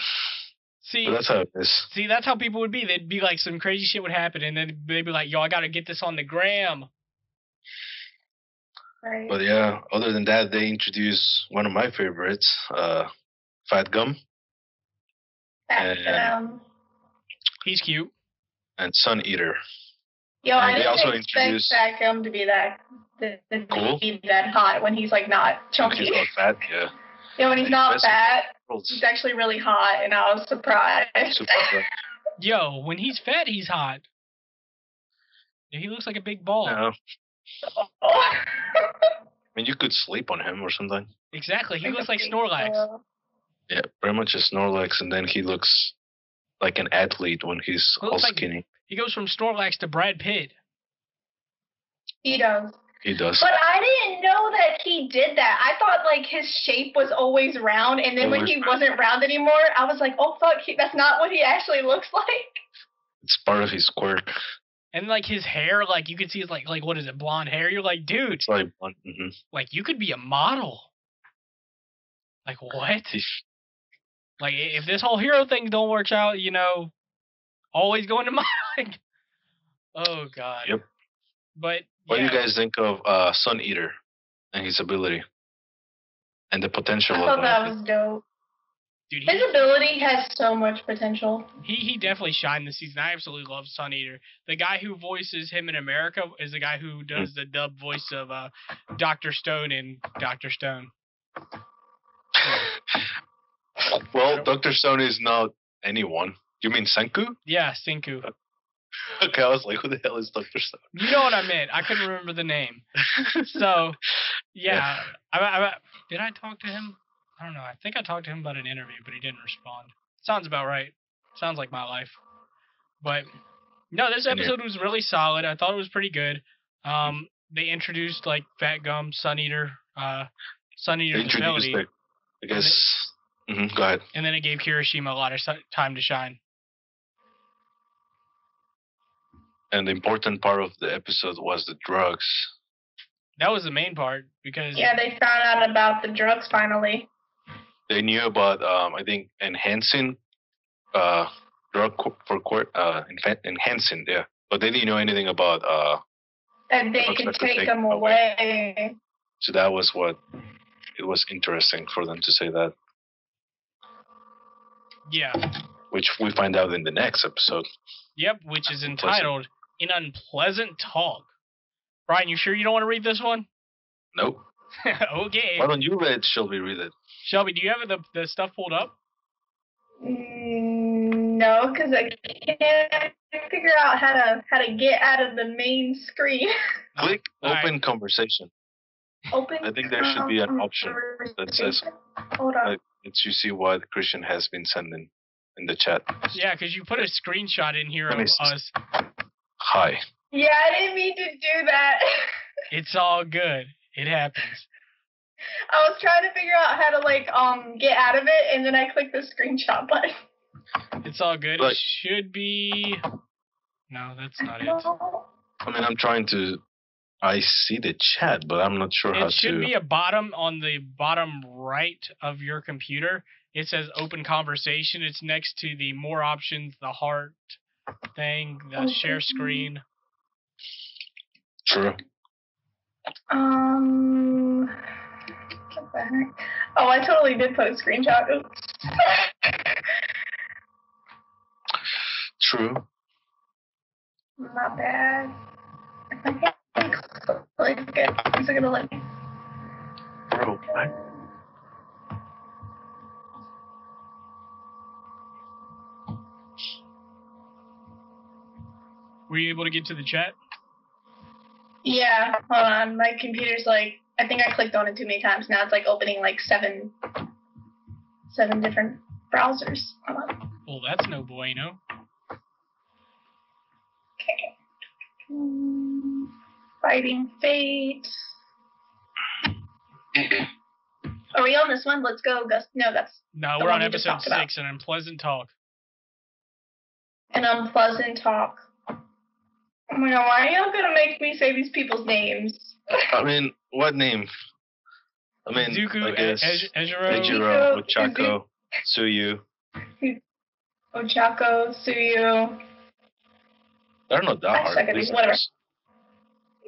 S1: See,
S2: But that's how it is.
S1: see, that's how people would be. They'd be like, some crazy shit would happen, and then they'd be like, yo, I gotta get this on the gram.
S3: Right.
S2: But yeah, other than that, they introduced one of my favorites, uh, Fat Gum
S3: Back to
S2: yeah.
S3: them.
S1: He's cute.
S2: and Sun Eater.
S3: Yo, I
S2: And they
S3: didn't
S2: also
S3: expect
S2: introduced-
S3: Beckham to be that to- to
S2: Cool.
S3: be that hot when he's like not
S2: He's
S3: chunky.
S2: not fat, yeah.
S3: Yeah, when he's not
S2: Impressive.
S3: fat,
S2: Rolls.
S3: he's actually really hot, and I was surprised.
S2: Super fat.
S1: Yo, when he's fat, he's hot. He looks like a big ball.
S2: No, I mean, you could sleep on him or something.
S1: Exactly. He looks like Snorlax.
S2: Yeah, pretty much a Snorlax, and then he looks like an athlete when he's
S1: Looks
S2: all
S1: like-
S2: skinny.
S1: He goes from Snorlax to Brad Pitt.
S3: He does.
S2: He does.
S3: But I didn't know that he did that. I thought like his shape was always round, and then when
S2: Always
S3: he wasn't round anymore, I was like, oh fuck, he, that's not what he actually looks like.
S2: It's part of his quirk.
S1: And like his hair, like you could see it's like like what is it, blonde hair? You're like, dude,
S2: It's like hmm
S1: like you could be a model. Like what? Like i- if this whole hero thing don't work out, you know, always going to modeling. Oh god.
S2: Yep.
S1: But
S2: What do
S1: yeah,
S2: you guys think of uh, Sun Eater and his ability? and the potential
S3: I
S2: of
S3: thought that
S2: that.
S3: was dope.
S1: Dude,
S3: His
S1: he,
S3: ability has so much potential.
S1: he he definitely shined this season. I absolutely love Sun Eater. The guy who voices him in America is the guy who does the dub voice of uh, Doctor Stone in Doctor Stone.
S2: well, Doctor Stone is not anyone. You mean Senku?
S1: Yeah, Senku.
S2: Okay, I was like, who the hell is Doctor Stone?
S1: You know what I meant. I couldn't remember the name. So, yeah,
S2: Yeah.
S1: I, I, I- did I talk to him? I don't know. I think I talked to him about an interview, but he didn't respond. Sounds about right. Sounds like my life. But no, this
S2: And you-
S1: episode was really solid. I thought it was pretty good. Um, they introduced like Fat Gum, Sun Eater, uh, Sun
S2: They
S1: Eater's
S2: introduced
S1: ability,
S2: the- I guess. Mhm, go ahead.
S1: and then it gave Kirishima a lot of si- time to shine.
S2: And the important part of the episode was the drugs.
S1: That was the main part because
S3: Yeah, they found out about the drugs finally.
S2: They knew about, um, I think, enhancing uh, drug co- for court, uh, enfa- enhancing, yeah. But they didn't know anything about, uh,
S3: And they
S2: Drugs
S3: could
S2: that could
S3: take
S2: take
S3: them
S2: away.
S3: away.
S2: so that was what it was interesting for them to say that,
S1: yeah.
S2: which we find out in the next episode.
S1: Yep, which is
S2: Unpleasant.
S1: entitled An Unpleasant Talk. Brian, you sure you don't want to read this one?
S2: Nope.
S1: okay.
S2: Why don't you read? Shall we read it?
S1: Shelby, do you have the, the stuff pulled up?
S3: Mm, No, because I can't figure out how to how to get out of the main screen.
S1: Oh,
S2: Click
S1: all right.
S2: open conversation.
S3: Open.
S2: I think there should be an option that says-
S3: Hold on.
S2: Like- It's you see what Christian has been sending in the chat.
S1: Yeah, because you put a screenshot in here
S2: Let
S1: of
S2: me see.
S1: us.
S2: Hi.
S3: Yeah, I didn't mean to do that.
S1: It's all good. It happens.
S3: I was trying to figure out how to like um get out of it, and then I clicked the screenshot button.
S1: It's all good.
S2: Look.
S1: It should be. No, that's not it.
S2: I mean, I'm trying to. I see the chat, but I'm not sure how
S1: It should
S2: to.
S1: be a bottom on the bottom right of your computer. It says open conversation. It's next to the more options, the heart thing, the share screen.
S2: True.
S3: Um, what the heck? Oh, I totally did post screenshot. Oops.
S2: True.
S3: My bad. If I can't click it, is it gonna let me?
S2: Bro, I-
S1: Were you able to get to the chat?
S3: Yeah, hold on. My computer's like, I think I clicked on it too many times. Now it's like opening like seven, seven different browsers. Hold on.
S1: Well, that's no bueno.
S3: Okay. Mm, Fighting fate. Are we on this one? Let's go, Gus. No, that's
S1: No,
S3: The
S1: we're
S3: one
S1: on
S3: we just
S1: episode
S3: talked about.
S1: six, an unpleasant talk.
S3: an unpleasant talk. Oh my god, why are y'all gonna make me say these people's names?
S2: I mean, what name? I mean,
S1: Zuku,
S2: I guess.
S1: Ez- Ejiro,
S2: Ejiro,
S3: Zuko,
S2: Ochako, Suyu.
S3: Ochako, Suyu,
S2: They're not
S3: I
S2: that hard.
S3: second it,
S2: These are
S3: whatever.
S2: just-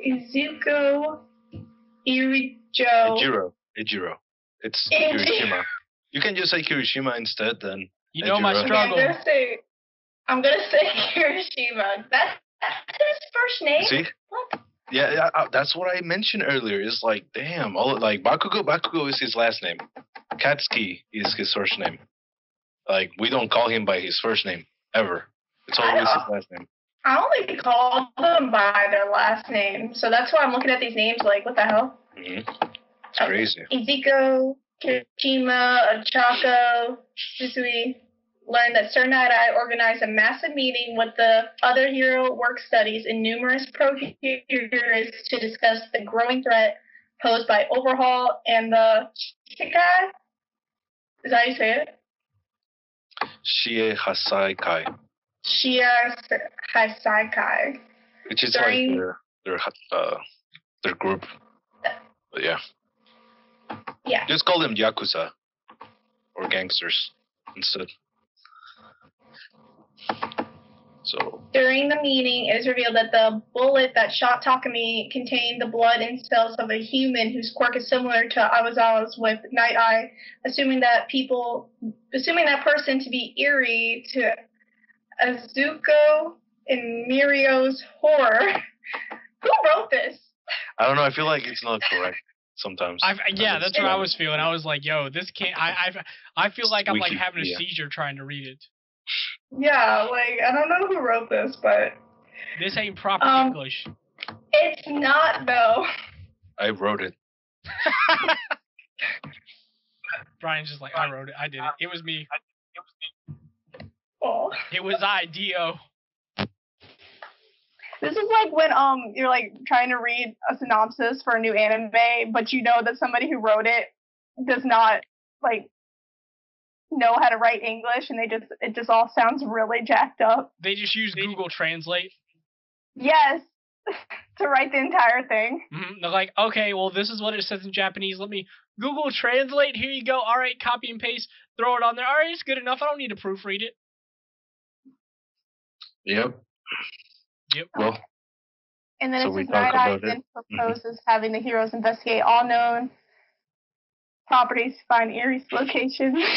S3: Izuku, Irijo.
S2: Ejiro. Ejiro. It's
S3: Ejiro.
S2: Kirishima. You can just say Kirishima instead, then.
S1: You know my
S2: Ejiro.
S3: Okay, I'm
S1: struggle.
S3: gonna say, I'm gonna say Hiroshima. That's, that's his first name.
S2: See?
S3: What?
S2: Yeah, yeah, uh, that's what I mentioned earlier. It's like, damn, all like Bakugo. Bakugo is his last name. Katsuki is his first name. Like we don't call him by his first name ever. It's
S3: I
S2: always his
S3: know.
S2: last name.
S3: I only call them by their last name, so that's why I'm looking at these names like, what the hell?
S2: hmm It's crazy.
S3: Izuku, Kirishima, Ochako, Susui. Learned that Sir Night Eye organized a massive meeting with the other hero work studies and numerous pro heroes to discuss the growing threat posed by Overhaul and the Shikai. Is that how you say it?
S2: Shie Hasai Kai,
S3: Shia Hisaikai.
S2: which is
S3: During-
S2: like their their ha- uh, their group. But yeah,
S3: Yeah.
S2: just call them yakuza or gangsters instead. So
S3: During the meeting, it is revealed that the bullet that shot Takumi contained the blood and cells of a human whose quirk is similar to Awazawa's with Night Eye, assuming that people, assuming that person to be eerie to Azuko and Mirio's horror. Who wrote this?
S2: I don't know. I feel like it's not correct sometimes.
S1: I've, yeah, that's what I was feeling. I
S2: was.
S1: was like, yo, this can't. I I I feel like I'm like having a
S2: Wikipedia.
S1: seizure trying to read it.
S3: Yeah, like I don't know who wrote this, but
S1: This ain't proper
S3: Um,
S1: English.
S3: it's not though.
S2: I wrote it.
S1: Brian's just like, I wrote it. I did it. It was me.
S3: Aw.
S1: It was I, Dio.
S3: This is like when um you're like trying to read a synopsis for a new anime, but you know that somebody who wrote it does not like know how to write English, and they just it just all sounds really jacked up.
S1: They just use Google Translate.
S3: Yes, to write the entire thing.
S1: Mhm. They're like, okay, well, this is what it says in Japanese. Let me Google Translate. Here you go. All right, copy and paste. Throw it on there. All right, it's good enough. I don't need to proofread it.
S2: Yep.
S1: Yep.
S2: Well,
S3: And then
S2: So
S3: it
S2: we
S3: says
S2: talk
S3: Night Eye
S2: about it. Mm-hmm.
S3: then proposes having the heroes investigate all known properties to find Erie's location.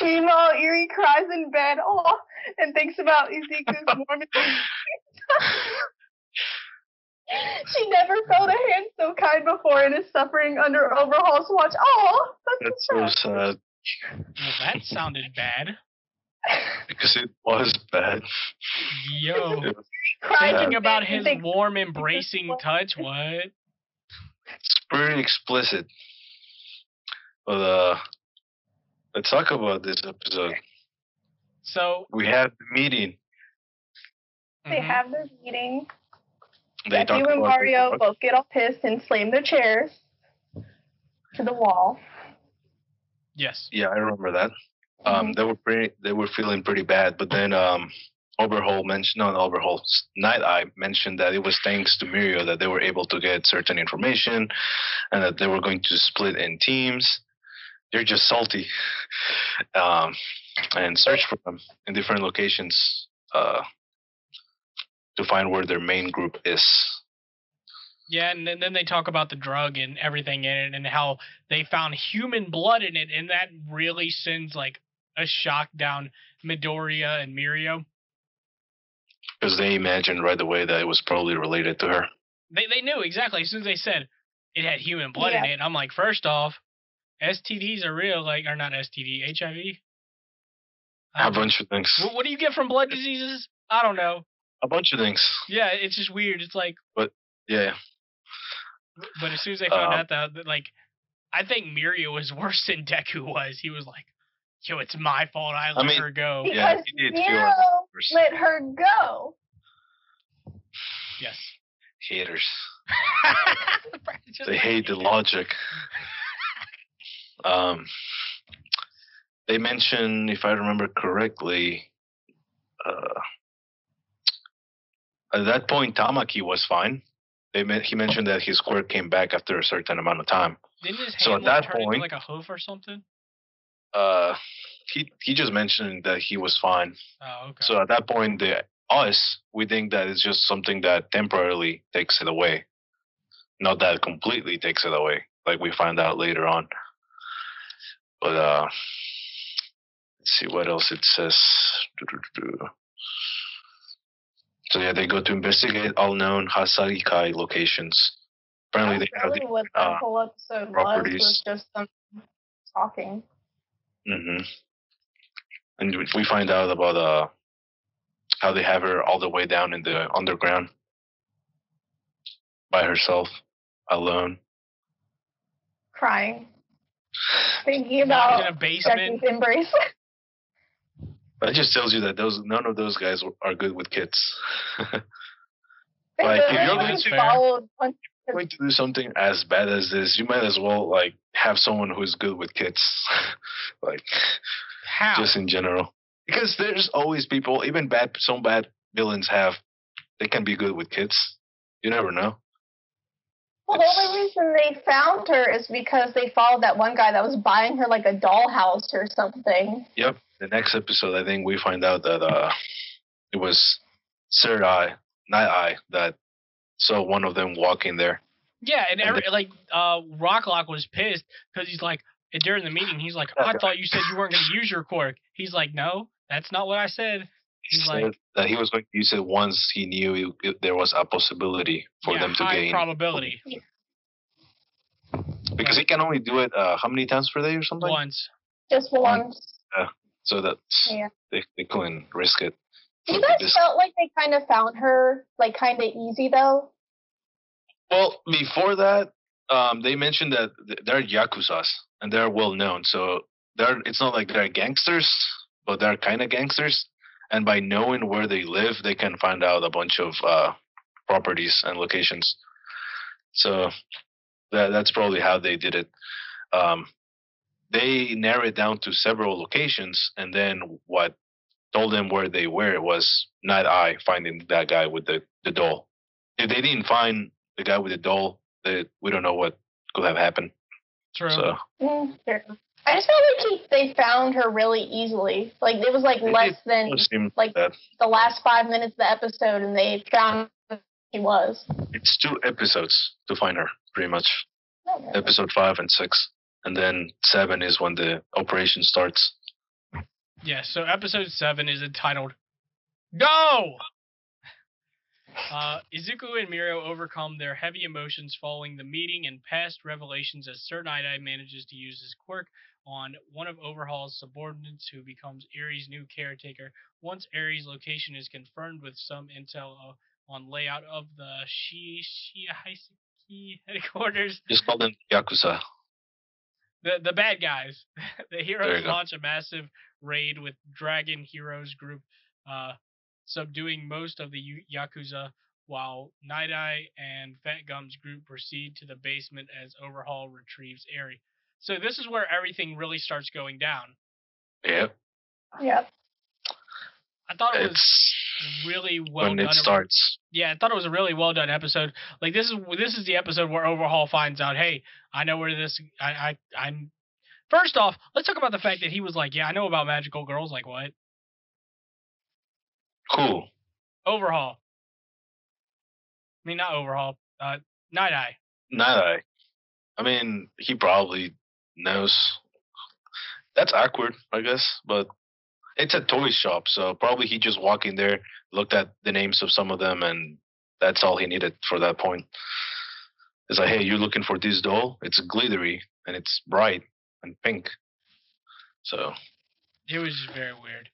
S3: Meanwhile, Erie cries in bed oh, and thinks about Ezekiel's Mormon. she never felt a hand so kind before and is suffering under Overhaul's watch. Oh,
S2: that's so sad
S1: Well, that sounded bad.
S2: because it was bad.
S1: Yo.
S2: Yeah.
S3: cries in
S1: Thinking about
S3: bed and
S1: his
S3: thinks-
S1: warm, embracing touch. What?
S2: It's pretty explicit. But uh, let's talk about this episode.
S1: So
S2: We have the meeting.
S3: They
S2: Mm-hmm.
S1: mhm.
S3: have their meeting.
S2: They
S3: Becky
S2: talked
S3: and
S2: about
S3: Mario both get all pissed and slam their chairs to the wall.
S1: yes.
S2: Yeah, I remember that.
S3: Mm-hmm.
S2: Um, they were pretty. They were feeling pretty bad, but then um, Oberhol mentioned, not Oberhol, S- Night Eye mentioned that it was thanks to Mirio that they were able to get certain information, and that they were going to split in teams. They're just salty, um, and search for them in different locations uh, to find where their main group is.
S1: Yeah, and then, then they talk about the drug and everything in it and how they found human blood in it, and that really sends like a shock down Midoriya and Mirio.
S2: Because they imagined right away that it was probably related to her.
S1: They they knew exactly as soon as they said it had human blood in
S3: Yeah.
S1: it. I'm like, first off, STDs are real, like or not STD, HIV. I
S2: A
S1: don't know.
S2: bunch of things.
S1: Wh- what do you get from blood diseases? I don't know.
S2: A bunch of things.
S1: Yeah, it's just weird. It's like.
S2: Yeah.
S1: But as soon as they found
S2: Um,
S1: out that, that, like, I think Mirio was worse than Deku was. He was like, "Yo, it's my fault. I let
S2: mean-
S1: her go."
S2: Yeah.
S3: Mm-hmm. Because
S2: he did feel
S3: Nero
S2: like that person.
S3: let her go.
S1: Yes.
S2: haters.
S1: Just
S2: They
S1: like-
S2: hate the logic. Um, they mention, if I remember correctly, uh, at that point Tamaki was fine. They men- he mentioned that his quirk came back after a certain amount of time.
S1: Didn't his hand
S2: So at
S1: like,
S2: that
S1: turn into,
S2: point-
S1: like a hoof or something?
S2: Uh, he he just mentioned that he was fine.
S1: Oh, okay.
S2: So at that point, the us we think that it's just something that temporarily takes it away, not that completely takes it away, like we find out later on. But uh, let's see what else it says. Doo-doo-doo-doo. So yeah, they go to investigate all known Hasarikai locations. Apparently, they
S3: That's
S2: have
S3: really what the
S2: uh,
S3: whole episode was,
S2: properties.
S3: was just them talking.
S2: Mm-hmm. And we- we find out about uh how they have her all the way down in the underground by herself, alone.
S3: Crying. Thinking
S1: Locked in
S3: about
S1: a basement.
S3: Jackie's embrace.
S2: That just tells you that those none of those guys w- are good with kids.
S3: They
S2: Like, if you're
S3: literally
S1: gonna- Fair.
S3: followed one-
S2: Going to do something as bad as this, you might as well like have someone who's good with kids, like
S1: How?
S2: just in general. Because there's always people, even bad, some bad villains have, they can be good with kids. You never know.
S3: Well, the only reason they found her is because they followed that one guy that was buying her like a dollhouse or something.
S2: Yep. the next episode, I think we find out that uh, it was Third Eye, Night Eye, that saw one of them walking there.
S1: Yeah, and
S2: And
S1: every, like uh, Rocklock was pissed because he's like during the meeting he's like, I thought you said you weren't going to use your quirk. He's like, no, that's not what I said.
S2: He
S1: He's
S2: said
S1: like-
S2: that he was going to use it once he knew it, it- there was a possibility for
S1: yeah,
S2: them to
S1: high
S2: gain.
S1: probability
S2: because he can only do it uh, how many times per day or something?
S1: once.
S3: Just once.
S2: So that's
S3: Yeah.
S2: they, they couldn't risk it.
S3: You
S2: Look at
S3: guys
S2: this.
S3: felt like they kind of found her like kind of easy though.
S2: Well, before that, um, they mentioned that th- they're yakuzas and they're well known. So they're it's not like they're gangsters, but they're kind of gangsters. And by knowing where they live, they can find out a bunch of uh, properties and locations. So that that's probably how they did it. Um, they narrowed it down to several locations, and then what told them where they were was not I finding that guy with the the doll. If they didn't find the guy with the doll, they, we don't know what could have happened.
S1: True.
S2: So
S3: Mm, fair enough. I just felt like he, they found her really easily. Like it was like
S2: It-
S3: less
S2: it
S3: than
S2: would seem
S3: like
S2: that.
S3: the last five minutes of the episode, and they found who she was.
S2: it's two episodes to find her, pretty much.
S3: I don't know.
S2: Episode five and six, and then seven is when the operation starts.
S1: Yeah, so episode seven is entitled Go! Uh, Izuku and Miro overcome their heavy emotions following the meeting and past revelations as Sir Night Eye manages to use his quirk on one of Overhaul's subordinates who becomes Ares' new caretaker. Once Ares' location is confirmed with some intel o- on layout of the Shi Shihaiseki headquarters,
S2: Just call them yakuza.
S1: the the bad guys. the
S2: There
S1: heroes
S2: you go.
S1: launch a massive raid with Dragon Heroes Group, uh, subduing most of the Yu- yakuza, while Night Eye and Fat Gum's group proceed to the basement as Overhaul retrieves Airy. So this is where everything really starts going down.
S2: Yeah,
S3: Yeah.
S1: I thought it was
S2: it's
S1: really well
S2: when
S1: done.
S2: it starts.
S1: yeah, I thought it was a really well done episode. Like this is this is the episode where Overhaul finds out, hey, I know where this I I I'm. First off, let's talk about the fact that he was like, yeah, I know about magical girls. Like what?
S2: Cool.
S1: Overhaul. I mean, not overhaul. Uh, Night Eye.
S2: Not I. I mean, he probably knows. That's awkward, I guess, but it's a toy shop, so probably he just walked in there, looked at the names of some of them, and that's all he needed for that point. It's like, hey, you're looking for this doll? It's glittery and it's bright and pink. So,
S1: It was just very weird.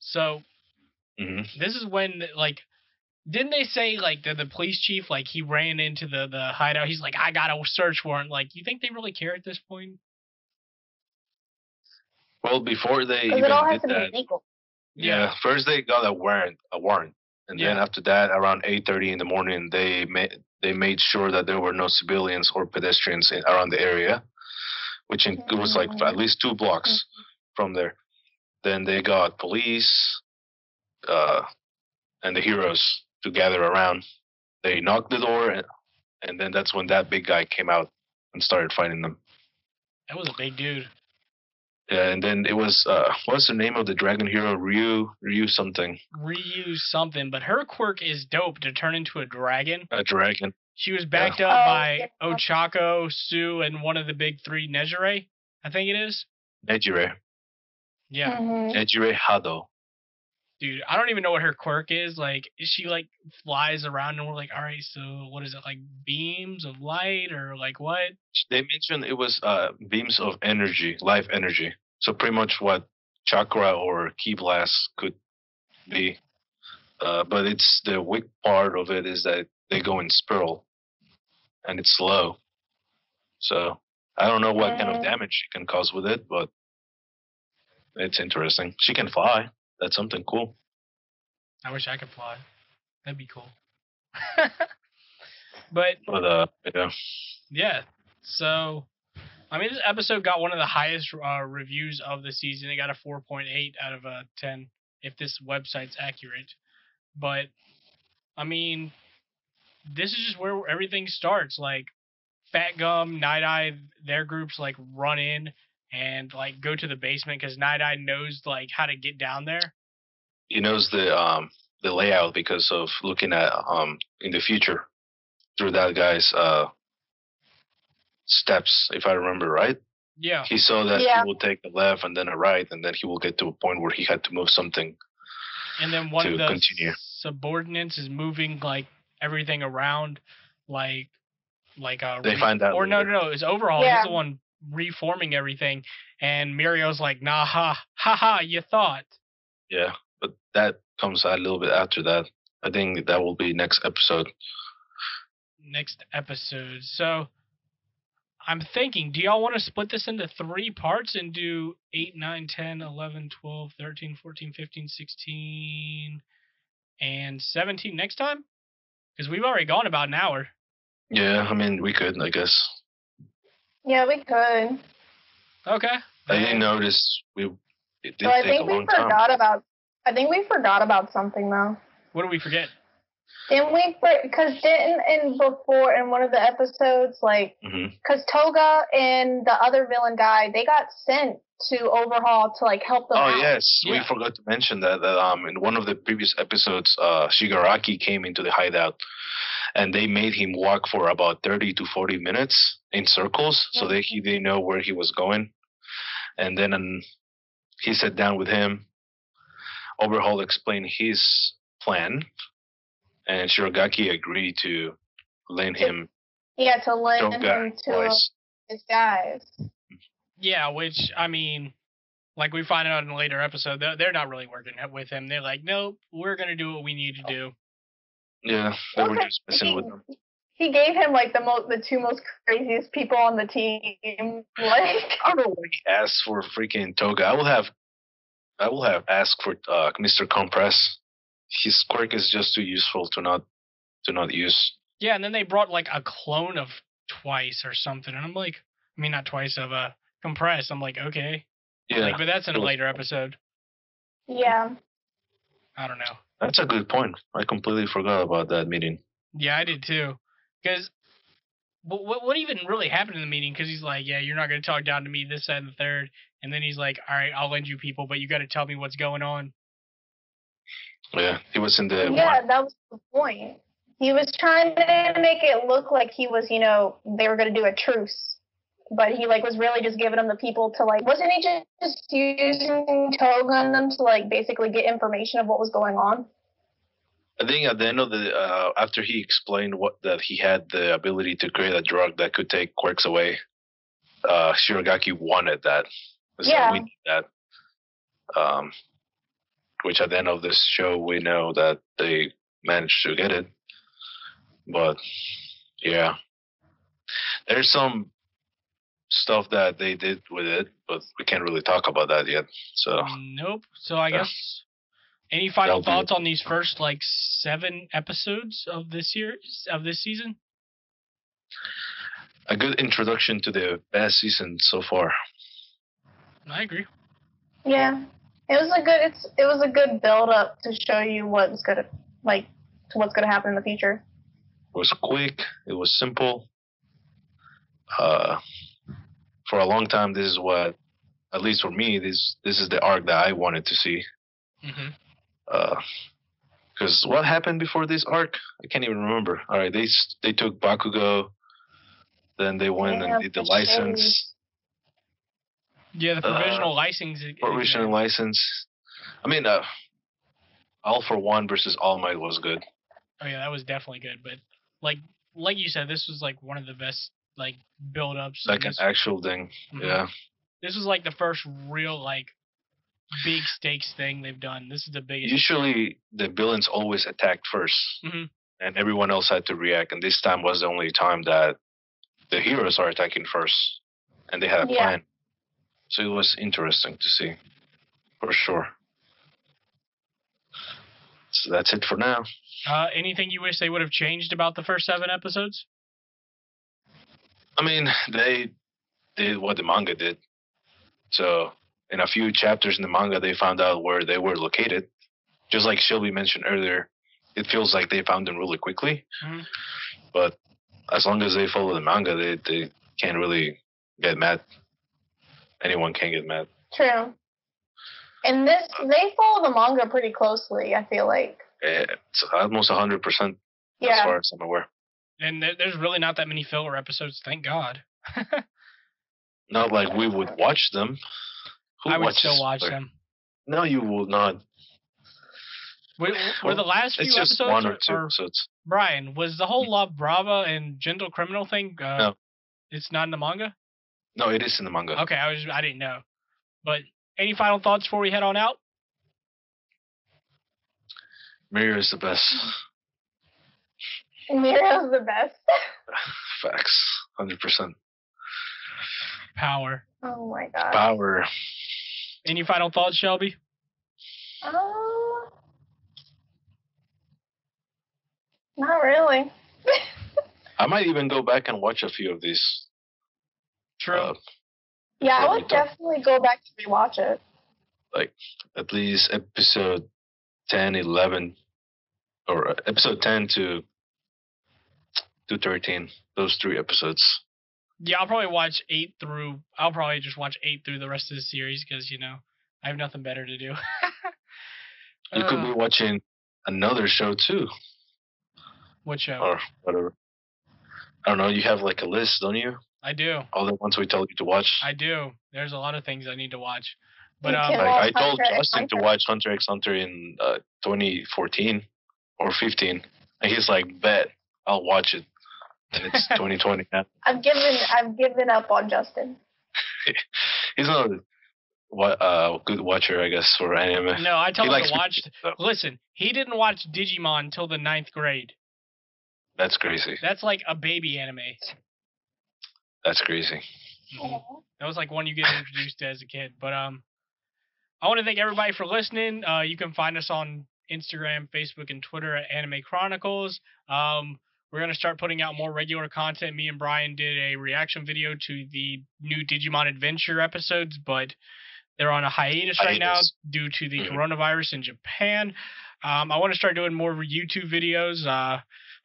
S1: So
S2: mhm.
S1: this is when like, didn't they say like that the police chief like he ran into the the hideout? He's like, I got a search warrant. Like, you think they really care at this point?
S2: well, before they
S3: Because
S2: even
S3: it all has
S2: did
S3: to
S2: that,
S3: be legal.
S1: Yeah.
S2: Yeah. first they got a warrant, a warrant, and then
S1: Yeah.
S2: after that, around eight thirty in the morning, they made they made sure that there were no civilians or pedestrians in, around the area, which in, it was like
S3: Mm.
S2: at least two blocks from there. Then they got police, uh, and the heroes to gather around. They knocked the door, and, and then that's when that big guy came out and started fighting them.
S1: That was a big dude.
S2: And then it was uh, what's the name of the dragon hero? Ryu, Ryu something,
S1: Reuse something, but her quirk is dope to turn into a dragon.
S2: a dragon.
S1: She was backed up
S3: Oh,
S1: by
S3: yeah.
S1: Ochako, Sue, and one of the big three, Nejire, I think it is.
S2: Nejire.
S1: Yeah.
S3: Mhm.
S2: Ejire Hado.
S1: dude, I don't even know what her quirk is. Like, is she like flies around and we're like, all right, so what is it like beams of light or like what?
S2: They mentioned it was uh, beams of energy, life energy. So pretty much what chakra or ki blast could be. Uh, but it's the weak part of it is that they go in spiral, and it's slow. So I don't know what kind of
S3: Mhm.
S2: damage she can cause with it, but it's interesting. She can fly. That's something cool.
S1: I wish I could fly. That'd be cool. but
S2: But uh, yeah.
S1: yeah, so I mean, this episode got one of the highest uh, reviews of the season. It got a 4.8 out of a 10, if this website's accurate. But I mean, this is just where everything starts. Like Fat Gum, Night Eye, their groups like run in and like go to the basement because Night Eye knows like how to get down there.
S2: He knows the um the layout because of looking at um in the future through that guy's uh steps, if I remember right.
S1: Yeah.
S2: He saw that
S3: Yeah.
S2: he will take a left and then a right, and then he will get to a point where he had to move something.
S1: And then one
S2: To
S1: of the
S2: continue.
S1: subordinates is moving like everything around, like like uh
S2: They find out
S1: or no
S2: later.
S1: no no it's overhaul
S3: Yeah.
S1: he's the one reforming everything and Mario's like nah ha ha ha you thought
S2: Yeah, but that comes a little bit after that. I think that will be next episode.
S1: next episode so I'm thinking do y'all want to split this into three parts and do 8 9 10 11 12 13 14 15 16 and 17 next time because we've already gone about an hour
S2: Yeah, I mean we could, I guess.
S3: Yeah, we could.
S1: okay
S2: I
S1: then-
S2: didn't notice we. It did
S3: Well, I
S2: take a
S3: think we
S2: long time.
S3: forgot about. I think we forgot about something though.
S1: what do we forget
S3: Didn't we? Because didn't in before in one of the episodes, like,
S2: hmm
S3: because Toga and the other villain guy, they got sent to overhaul to like help them.
S2: Oh
S3: out.
S2: yes, we
S1: Yeah.
S2: forgot to mention that, that um in one of the previous episodes, uh, Shigaraki came into the hideout, and they made him walk for about thirty to forty minutes in circles, so that
S3: Mm-hmm.
S2: he didn't know where he was going, and then um, he sat down with him. Overhaul explained his plan, and Shirogaki agreed to lend him
S3: Yeah, to lend
S2: Toga
S3: him to
S2: twice.
S3: his guys.
S1: Yeah, which I mean, like we find out in a later episode, they're, they're not really working it with him. They're like, nope, we're gonna do what we need to do.
S2: Yeah, they were
S3: Okay.
S2: just messing with him.
S3: He gave him like the most, the two most craziest people on the team. Like,
S2: I don't know why he asked for freaking Toga. I will have, I will have asked for uh, Mr. Compress. His quirk is just too useful to not, to not use.
S1: Yeah, and then they brought like a clone of Twice or something, and I'm like, I mean, not Twice of uh, Compress. I'm like, okay,
S2: Yeah,
S1: like, but that's in a
S2: cool.
S1: later episode.
S3: yeah,
S1: I don't know.
S2: that's a good point. I completely forgot about that meeting.
S1: Yeah, I did too. Because what, what what even really happened in the meeting? Because he's like, yeah, you're not gonna talk down to me this that, and the third, and then he's like, all right, I'll lend you people, but you got to tell me what's going on.
S2: Yeah, he was in the
S3: yeah, that was the point. He was trying to make it look like he was, you know, they were gonna do a truce, but he like was really just giving them the people to like. Wasn't he just, just using Toga and them to like basically get information of what was going on?
S2: I think at the end of the uh, after he explained what that he had the ability to create a drug that could take quirks away, uh, Shirogaki wanted that. It's like,
S3: Yeah.
S2: we need that. Um, which at the end of this show we know that they managed to get it, but yeah, there's some stuff that they did with it, but we can't really talk about that yet. So
S1: Nope. So I
S2: Yeah.
S1: guess any final
S2: That'll be it.
S1: thoughts on these first like seven episodes of this series of this season?
S2: a good introduction to the best season so far.
S1: I agree.
S3: Yeah, it was a good. It's it was a good build up to show you what's gonna like to what's gonna happen in the future.
S2: It was quick. It was simple. Uh, for a long time, this is what, at least for me, this this is the arc that I wanted to see.
S1: Mm-hmm.
S2: Because what happened before this arc, I can't even remember. All right, they s- they took Bakugo, then they went
S3: Yeah,
S2: and did the
S3: for
S2: license,
S1: Yeah, the
S2: Uh,
S1: provisional license. e-
S2: provisional
S1: exam.
S2: license. I mean, uh, All for One versus All Might was good.
S1: Oh yeah, that was definitely good. But like like you said, this was like one of the best like build ups.
S2: Like an actual thing.
S3: Mm-hmm.
S2: Yeah.
S1: Mm-hmm. This was like the first real like big stakes thing they've done. This is the biggest.
S2: usually the villains always attacked 1st
S1: Mhm.
S2: and everyone else had to react and this time was the only time that the heroes are attacking first and they had a
S3: Yeah.
S2: plan so it was interesting to see for sure so that's it for now
S1: Uh, anything you wish they would have changed about the first seven episodes?
S2: i mean they did what the manga did so in a few chapters in the manga they found out where they were located just like shelby mentioned earlier it feels like they found them really quickly
S1: Mhm.
S2: but as long as they follow the manga, they, they can't really get mad. anyone can get mad.
S3: True. And this,
S2: Uh,
S3: they follow the manga pretty closely. I feel like.
S2: It's almost 100% as
S3: Yeah.
S2: far as I'm aware.
S1: And there, there's really not that many filler episodes, thank God.
S2: Not like we would watch them. Who
S1: I would
S2: watches
S1: still watch
S2: filler?
S1: them.
S2: No, you will not.
S1: Were, were the last few
S2: It's just
S1: episodes,
S2: one or
S1: or-
S2: two
S1: or-
S2: episodes.
S1: Brian, was the whole La Brava and Gentle Criminal thing? Uh,
S2: No.
S1: It's not in the manga.
S2: No, it is in the manga.
S1: Okay, I was I didn't know. But any final thoughts before we head on out?
S2: Mirror is the best.
S3: Miro's the best.
S2: Facts. 100%.
S1: Power.
S3: Oh my god.
S2: Power.
S1: Any final thoughts, Shelby?
S3: Oh. Not really.
S2: I might even go back and watch a few of these.
S1: True.
S2: Uh,
S3: Yeah, I
S2: Really
S3: would
S2: don't.
S3: definitely go back to rewatch it.
S2: at least episode 10, 11, or uh, episode 10 to, to 13. Those three episodes.
S1: yeah, I'll probably watch eight through. I'll probably just watch eight through the rest of the series because you know I have nothing better to do.
S2: You could
S1: Uh,
S2: be watching another show too,
S1: what show?
S2: or whatever. I don't know. You have like a list, don't you?
S1: I do.
S2: All the ones we tell you to watch.
S1: I do. There's a lot of things I need to watch. But
S3: You
S1: um,
S3: can-
S2: Like, I
S3: Hunter
S2: told
S3: x
S2: Justin to
S3: Hunter.
S2: watch Hunter x Hunter in uh, 2014 or 15, and he's like, "Bet I'll watch it." And it's 2020. now.
S3: I've given I've given up on Justin.
S2: He's not a wa- uh, good watcher, I guess, for
S3: Mm.
S2: anime.
S1: no, I tell
S2: he
S1: him
S2: likes
S1: to
S2: me.
S1: watch.
S2: So
S1: Listen, he didn't watch Digimon until the ninth grade.
S2: that's crazy.
S1: That's like a baby anime.
S2: That's crazy.
S1: Mhm. That was like one you get introduced to as a kid. But um, I want to thank everybody for listening. Uh, you can find us on Instagram, Facebook, and Twitter at Anime Chronicles. Um, we're gonna start putting out more regular content. Me and Brian did a reaction video to the new Digimon Adventure episodes, but they're on a hiatus right now
S2: Hiatus.
S1: due to the
S2: Mhm.
S1: coronavirus in Japan. Um, I want to start doing more YouTube videos. Uh,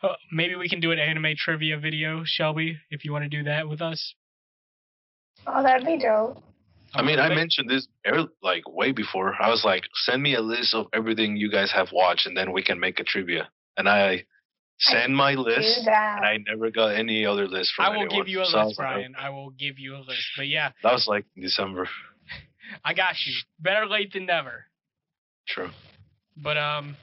S1: uh, maybe we can do an anime trivia video, Shelby, if you want to do that with us.
S3: Oh, that'd be dope.
S2: I mean, I
S1: Thank-
S2: mentioned this ear- like way before. I was like, "Send me a list of everything you guys have watched, and then we can make a trivia." And I send my
S3: Do
S2: list,
S3: that.
S2: and I never got any other list from
S1: I will
S2: anyone.
S1: give you a
S2: So I
S1: list,
S2: was like,
S1: Brian. I will give you a list. But yeah,
S2: That was like in December.
S1: I got you. Better late than never.
S2: True.
S1: But um,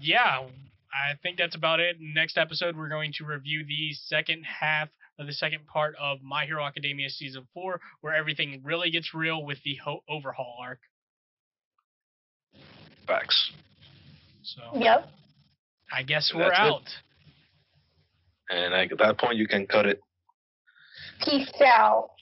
S1: yeah, I think that's about it. Next episode, we're going to review the second half of the second part of My Hero Academia season four, where everything really gets real with the ho- overhaul arc.
S2: Facts.
S1: So
S3: Yep.
S1: I guess
S2: And
S1: we're
S2: that's it.
S1: out.
S2: And like, at that point, you can cut it.
S3: Peace out.